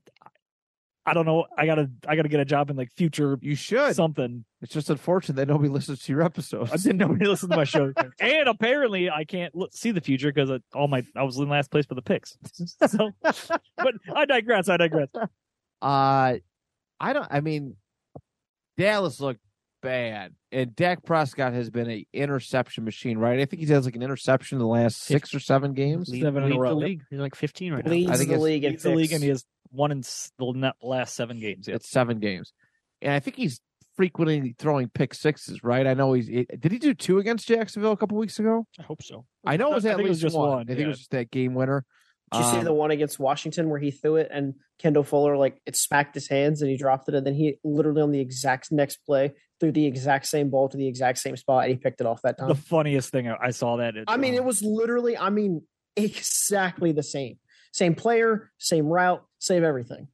D: I don't know. I gotta, I gotta get a job in like future
B: You should.
D: something.
B: it's just unfortunate that nobody listens to your episodes.
D: I didn't know he listened to my show. and apparently, I can't look, see the future because all my I was in last place for the picks. So, but I digress. I digress.
B: Uh I don't I mean Dallas looked bad and Dak Prescott has been an interception machine, right? I think he has like an interception in the last six or seven games.
C: Lead-
D: Seven in a
C: leads
D: row.
C: The league. He's like 15 right now.
E: Leads
B: I think
E: the
B: it's-
E: league in
D: Leads the league,
E: picks.
D: and he has one in s- the na- last seven games. Yeah.
B: It's seven games. And I think he's frequently throwing pick sixes, right? I know he's it, did he do two against Jacksonville a couple weeks ago?
D: I hope so.
B: I know it was
D: I
B: at
D: think
B: least
D: it was just
B: one.
D: one,
B: I think it
D: yeah.
B: was just that game winner.
E: Did you see
B: Um,
E: the one against Washington where he threw it and Kendall Fuller like it smacked his hands and he dropped it and then he literally on the exact next play threw the exact same ball to the exact same spot and he picked it off that time.
D: The funniest thing I, I saw that. It,
E: I mean,
D: um,
E: it was literally, I mean, exactly the same. Same player, same route, same everything.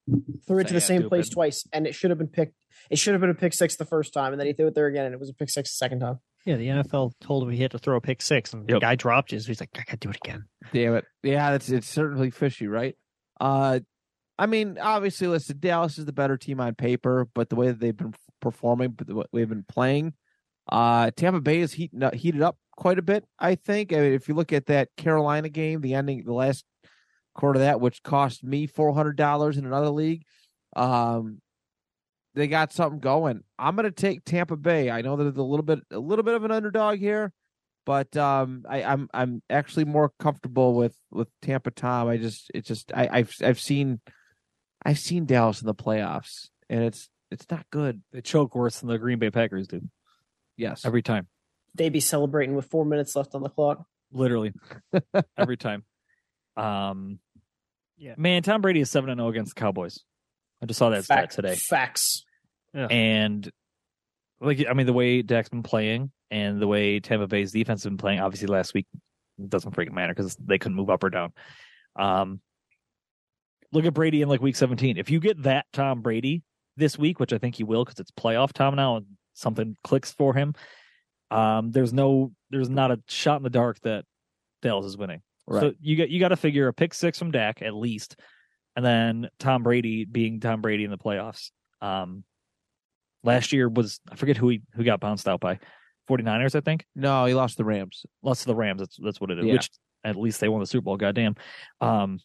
E: Threw it to the
B: Yeah,
E: same place
B: stupid.
E: twice, and it should have been picked. It should have been a pick six the first time, and then he threw it there again, and it was a pick six the second time.
C: Yeah, the NFL told him he had to throw a pick six, and the
B: Yep.
C: guy dropped his. He's like, I gotta do it again.
B: Damn it. Yeah, that's it's certainly fishy, right? Uh I mean, obviously, listen, Dallas is the better team on paper, but the way that they've been performing, but the way they've been playing, uh, Tampa Bay is heating up, heated up quite a bit. I think. I mean, if you look at that Carolina game, the ending, the last quarter of that, which cost me four hundred dollars in another league, um, they got something going. I'm going to take Tampa Bay. I know that it's a little bit, a little bit of an underdog here, but um, I, I'm I'm actually more comfortable with with Tampa Tom. I just it just I, I've I've seen I've seen Dallas in the playoffs, and it's it's not good.
D: They choke worse than the Green Bay Packers do
B: Yes,
D: every time.
E: They'd be celebrating with four minutes left on the clock.
D: Literally every time. Um,
C: Yeah.
D: man, Tom Brady is seven and zero against the Cowboys. I just saw that stat
E: Fact-
D: today.
E: Facts.
D: And like I mean, the way Dak's been playing and the way Tampa Bay's defense has been playing, obviously last week doesn't freaking matter because they couldn't move up or down. Um, look at Brady in like week 17. If you get that Tom Brady this week, which I think he will because it's playoff Tom now and something clicks for him, um, there's no, there's not a shot in the dark that Dallas is winning. So
B: Right.
D: you got you got to figure a pick six from Dak at least, and then Tom Brady being Tom Brady in the playoffs. Um, last year was I forget who he who got bounced out by, 49ers I think.
B: no, he lost the Rams.
D: Lost to the Rams. That's that's what it is.
B: Yeah.
D: Which at least they won the Super Bowl. Goddamn. Um,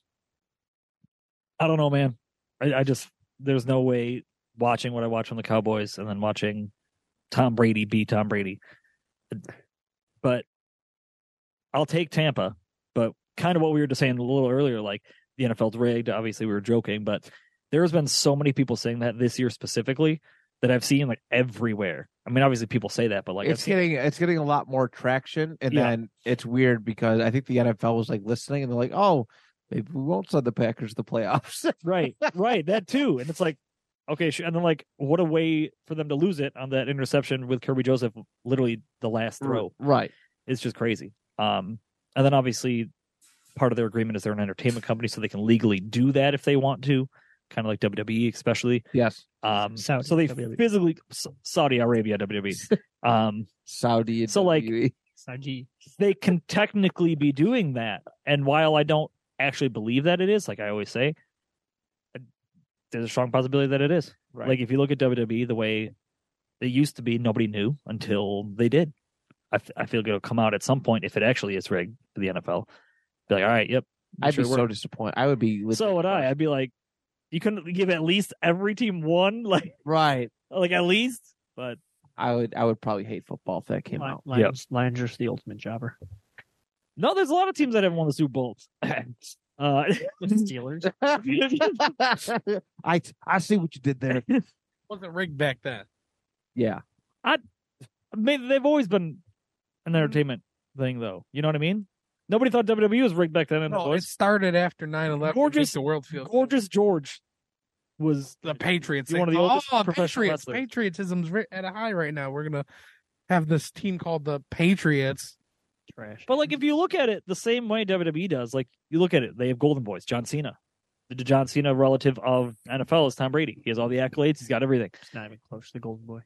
D: I don't know, man. I, I just there's no way watching what I watch on the Cowboys and then watching Tom Brady be Tom Brady. But I'll take Tampa. But kind of what we were just saying a little earlier, like the NFL's rigged. Obviously, we were joking, but there has been so many people saying that this year specifically that I've seen like everywhere. I mean, obviously, people say that, but like I've
B: it's
D: seen-
B: getting it's getting a lot more traction, and
D: Yeah.
B: then it's weird because I think the NFL was like listening, and they're like, oh, maybe we won't send the Packers to the playoffs.
D: right right that too and it's like okay sh- and then like what a way for them to lose it on that interception with kirby joseph literally the last throw
B: right.
D: it's just crazy um and then obviously part of their agreement is they're an entertainment company so they can legally do that if they want to kind of like wwe especially
B: Yes.
D: um
C: Saudi,
D: so they
C: WWE.
D: physically Sa- saudi arabia wwe um
B: Saudi. E. and
D: So, like,
B: WWE.
C: Saji.
D: they can technically be doing that. And while I don't actually believe that it is, like I always say, there's a strong possibility that it is.
C: Right.
D: Like if you look at WWE, the way it used to be, nobody knew until they did. I, f- I feel like it'll come out at some point if it actually is rigged for the NFL. Be like, all right, yep.
B: I'd
D: sure
B: be
D: worked."
B: so disappointed. I would be.
D: so would I. I'd be like, you couldn't give at least every team one, like
B: Right.
D: like at least. But
B: I would. I would probably hate football if that came
C: Lions,
B: out.
C: Lions, Lions are the ultimate jobber.
D: no, there's a lot of teams that haven't won the Super Bowl. uh,
C: Steelers.
B: I I see what you did there.
A: Wasn't rigged back then.
B: Yeah.
D: I mean, they've always been an entertainment thing, though. You know what I mean? Nobody thought WWE was rigged back then. And it
A: No, it
D: was.
A: started after 9-11.
D: Gorgeous-
A: Gorgeous, the world feels
D: Gorgeous George was
A: The Patriots.
D: You're
A: they-
D: one of the oldest
A: oh,
D: professional
A: Patriots.
D: wrestlers.
A: Patriotism's ri- at a high right now. We're gonna have this team called the Patriots.
C: Trash.
D: But like, if you look at it the same way WWE does, like you look at it, they have Golden Boys, John Cena. The John Cena relative of NFL is Tom Brady. He has all the accolades. He's got everything.
C: It's not even close. The Golden Boy.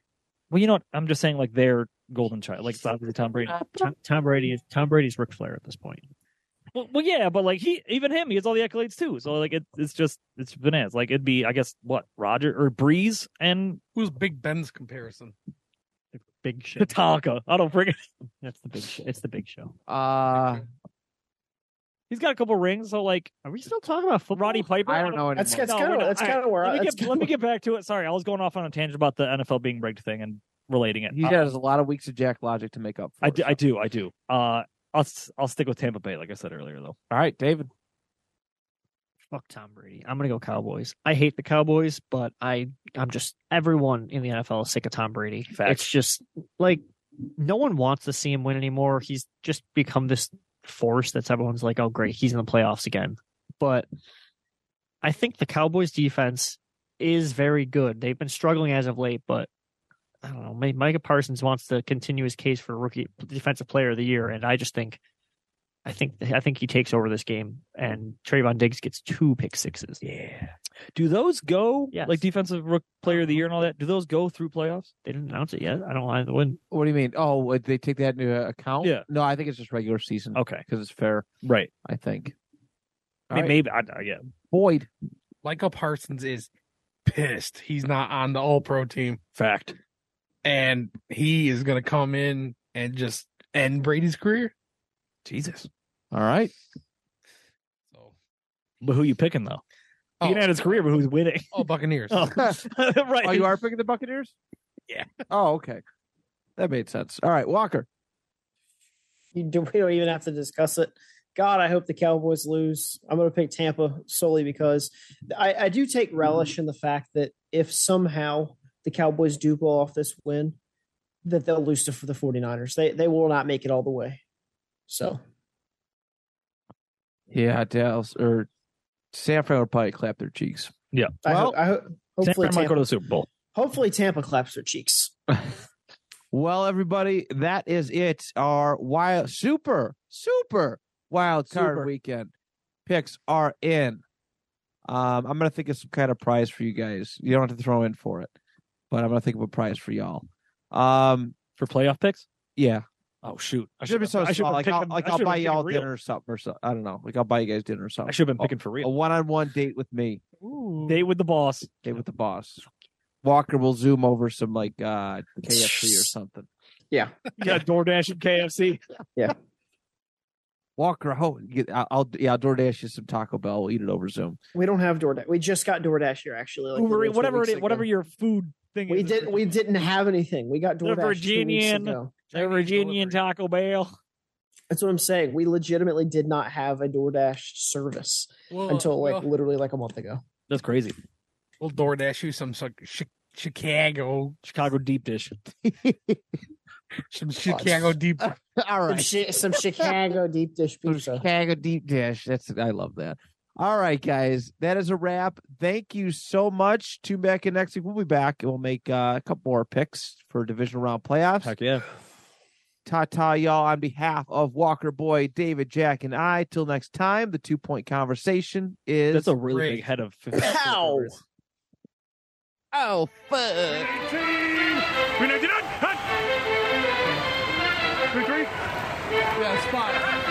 D: Well, you know what? I'm just saying, like their golden child, like it's obviously Tom Brady.
A: Uh,
C: Tom, Tom Brady. is- Tom Brady's Ric Flair at this point.
D: Well, well, yeah, but like he, even him, he has all the accolades too. So like, it, it's just it's bananas. Like it'd be, I guess, what Roger or Breeze and
A: Who's Big Ben's comparison?
C: The big show.
D: Tatanka. I don't freaking
C: That's the big. Show. It's the big show.
B: Uh,
D: He's got a couple rings, so like
C: Are we still talking about football?
D: Roddy Piper.
B: I don't know anymore.
E: That's that's
D: No,
E: kind
D: we're
E: of
D: not.
E: that's
D: All right,
E: kind of where
D: Let
E: I,
D: me,
E: that's
D: get, let me get back to it. Sorry, I was going off on a tangent about the NFL being rigged thing and relating it.
B: he
D: Uh,
B: has a lot of weeks of Jack Logic to make up for.
D: I, do,
B: so.
D: I do. I do. Uh, I'll s- I'll stick with Tampa Bay, like I said earlier, though.
B: All right, David.
C: Fuck Tom Brady. I'm gonna go Cowboys. I hate the Cowboys, but I I'm just everyone in the NFL is sick of Tom Brady.
D: Facts.
C: It's just like no one wants to see him win anymore. He's just become this force that's everyone's like, oh great, he's in the playoffs again. But I think the Cowboys defense is very good. They've been struggling as of late, but I don't know. Maybe Micah Parsons wants to continue his case for rookie defensive player of the year, and I just think I think I think he takes over this game, and Trayvon Diggs gets two pick sixes.
D: Yeah. Do those go
C: Yes.
D: like defensive rook player of the year and all that? Do those go through playoffs?
C: They didn't announce it yet. I don't want to win.
B: What do you mean? Oh, would they take that into account?
D: Yeah.
B: No, I think it's just regular season
D: Okay.
B: because it's fair.
D: Right.
B: I think.
D: I
B: All
D: mean,
B: right.
D: maybe. I, I- yeah.
B: Boyd.
A: Michael Parsons is pissed. He's not on the All Pro team,
D: Fact.
A: and he is going to come in and just end Brady's career.
D: Jesus.
B: All right.
A: So,
D: But who you picking though?
A: oh,
D: You can add his career, but who's winning?
A: oh Buccaneers.
D: Oh. right.
B: Oh, you are picking the Buccaneers?
A: Yeah.
B: Oh, okay. That made sense. All right, Walker.
E: You do, we don't even have to discuss it. God, I hope the Cowboys lose. I'm going to pick Tampa solely because I, I do take relish in the fact that if somehow the Cowboys do pull off this win, that they'll lose to for the 49ers. They they will not make it all the way. So
B: Yeah, Dallas or San Fran would probably clap their cheeks.
E: I
B: Well,
E: hope, I hope
D: San
E: hopefully
D: Fran might go
E: Tampa,
D: to the Super Bowl.
E: hopefully Tampa claps their cheeks.
B: Well, everybody, that is it. Our wild super super wild card
E: Super.
B: weekend picks are in. Um, I'm gonna think of some kind of prize for you guys. You don't have to throw in for it, but I'm gonna think of a prize for y'all. Um,
D: For playoff picks?
B: yeah,
D: Oh shoot. I
B: I should be so
D: I should've
B: small.
D: been
B: Like I'll,
D: picking-
B: like
D: I
B: I'll
D: should've
B: buy
D: been
B: y'all
D: picking real.
B: dinner or something or something. I don't know. Like I'll buy you guys dinner or
D: I
B: something.
D: should have been
B: Oh,
D: picking for
B: A
D: real.
B: one-on-one date with me.
D: Date with the boss.
B: Date with the boss. Walker will zoom over some like uh KFC or something.
D: Yeah, DoorDash and KFC.
B: Walker, oh, you- I'll, I'll yeah, I'll DoorDash you some Taco Bell. We'll eat it over Zoom.
E: We don't have DoorDash. We just got DoorDash here actually. like,
D: Uber,
E: literally
D: Eats,
E: two
D: whatever it
E: weeks
D: is,
E: ago.
D: whatever your food thing
E: we
D: is.
E: did we didn't have anything. We got
D: The
E: DoorDash two
D: Virginian.
E: weeks ago.
D: The Virginian Taco Bell.
E: That's what I'm saying. We legitimately did not have a DoorDash service
A: We'll,
E: until like
A: we'll,
E: literally like a month ago.
D: That's crazy.
A: we'll DoorDash you some like, chi- Chicago,
D: Chicago deep dish.
A: some Chicago deep.
B: All
E: Some,
B: right,
E: shi- some Chicago deep dish
B: Some
E: pizza.
B: Chicago deep dish. That's I love that. All right, guys, that is a wrap. Thank you so much. Tune back in next week. We'll be back and we'll make uh, a couple more picks for division round playoffs.
D: Heck yeah.
B: Ta ta, y'all. On behalf of Walker Boy, David, Jack, and I, till next time, the two point conversation is.
D: That's a really
A: Great.
D: big head of
E: Pow!
B: oh, fuck.
A: Yeah, spot.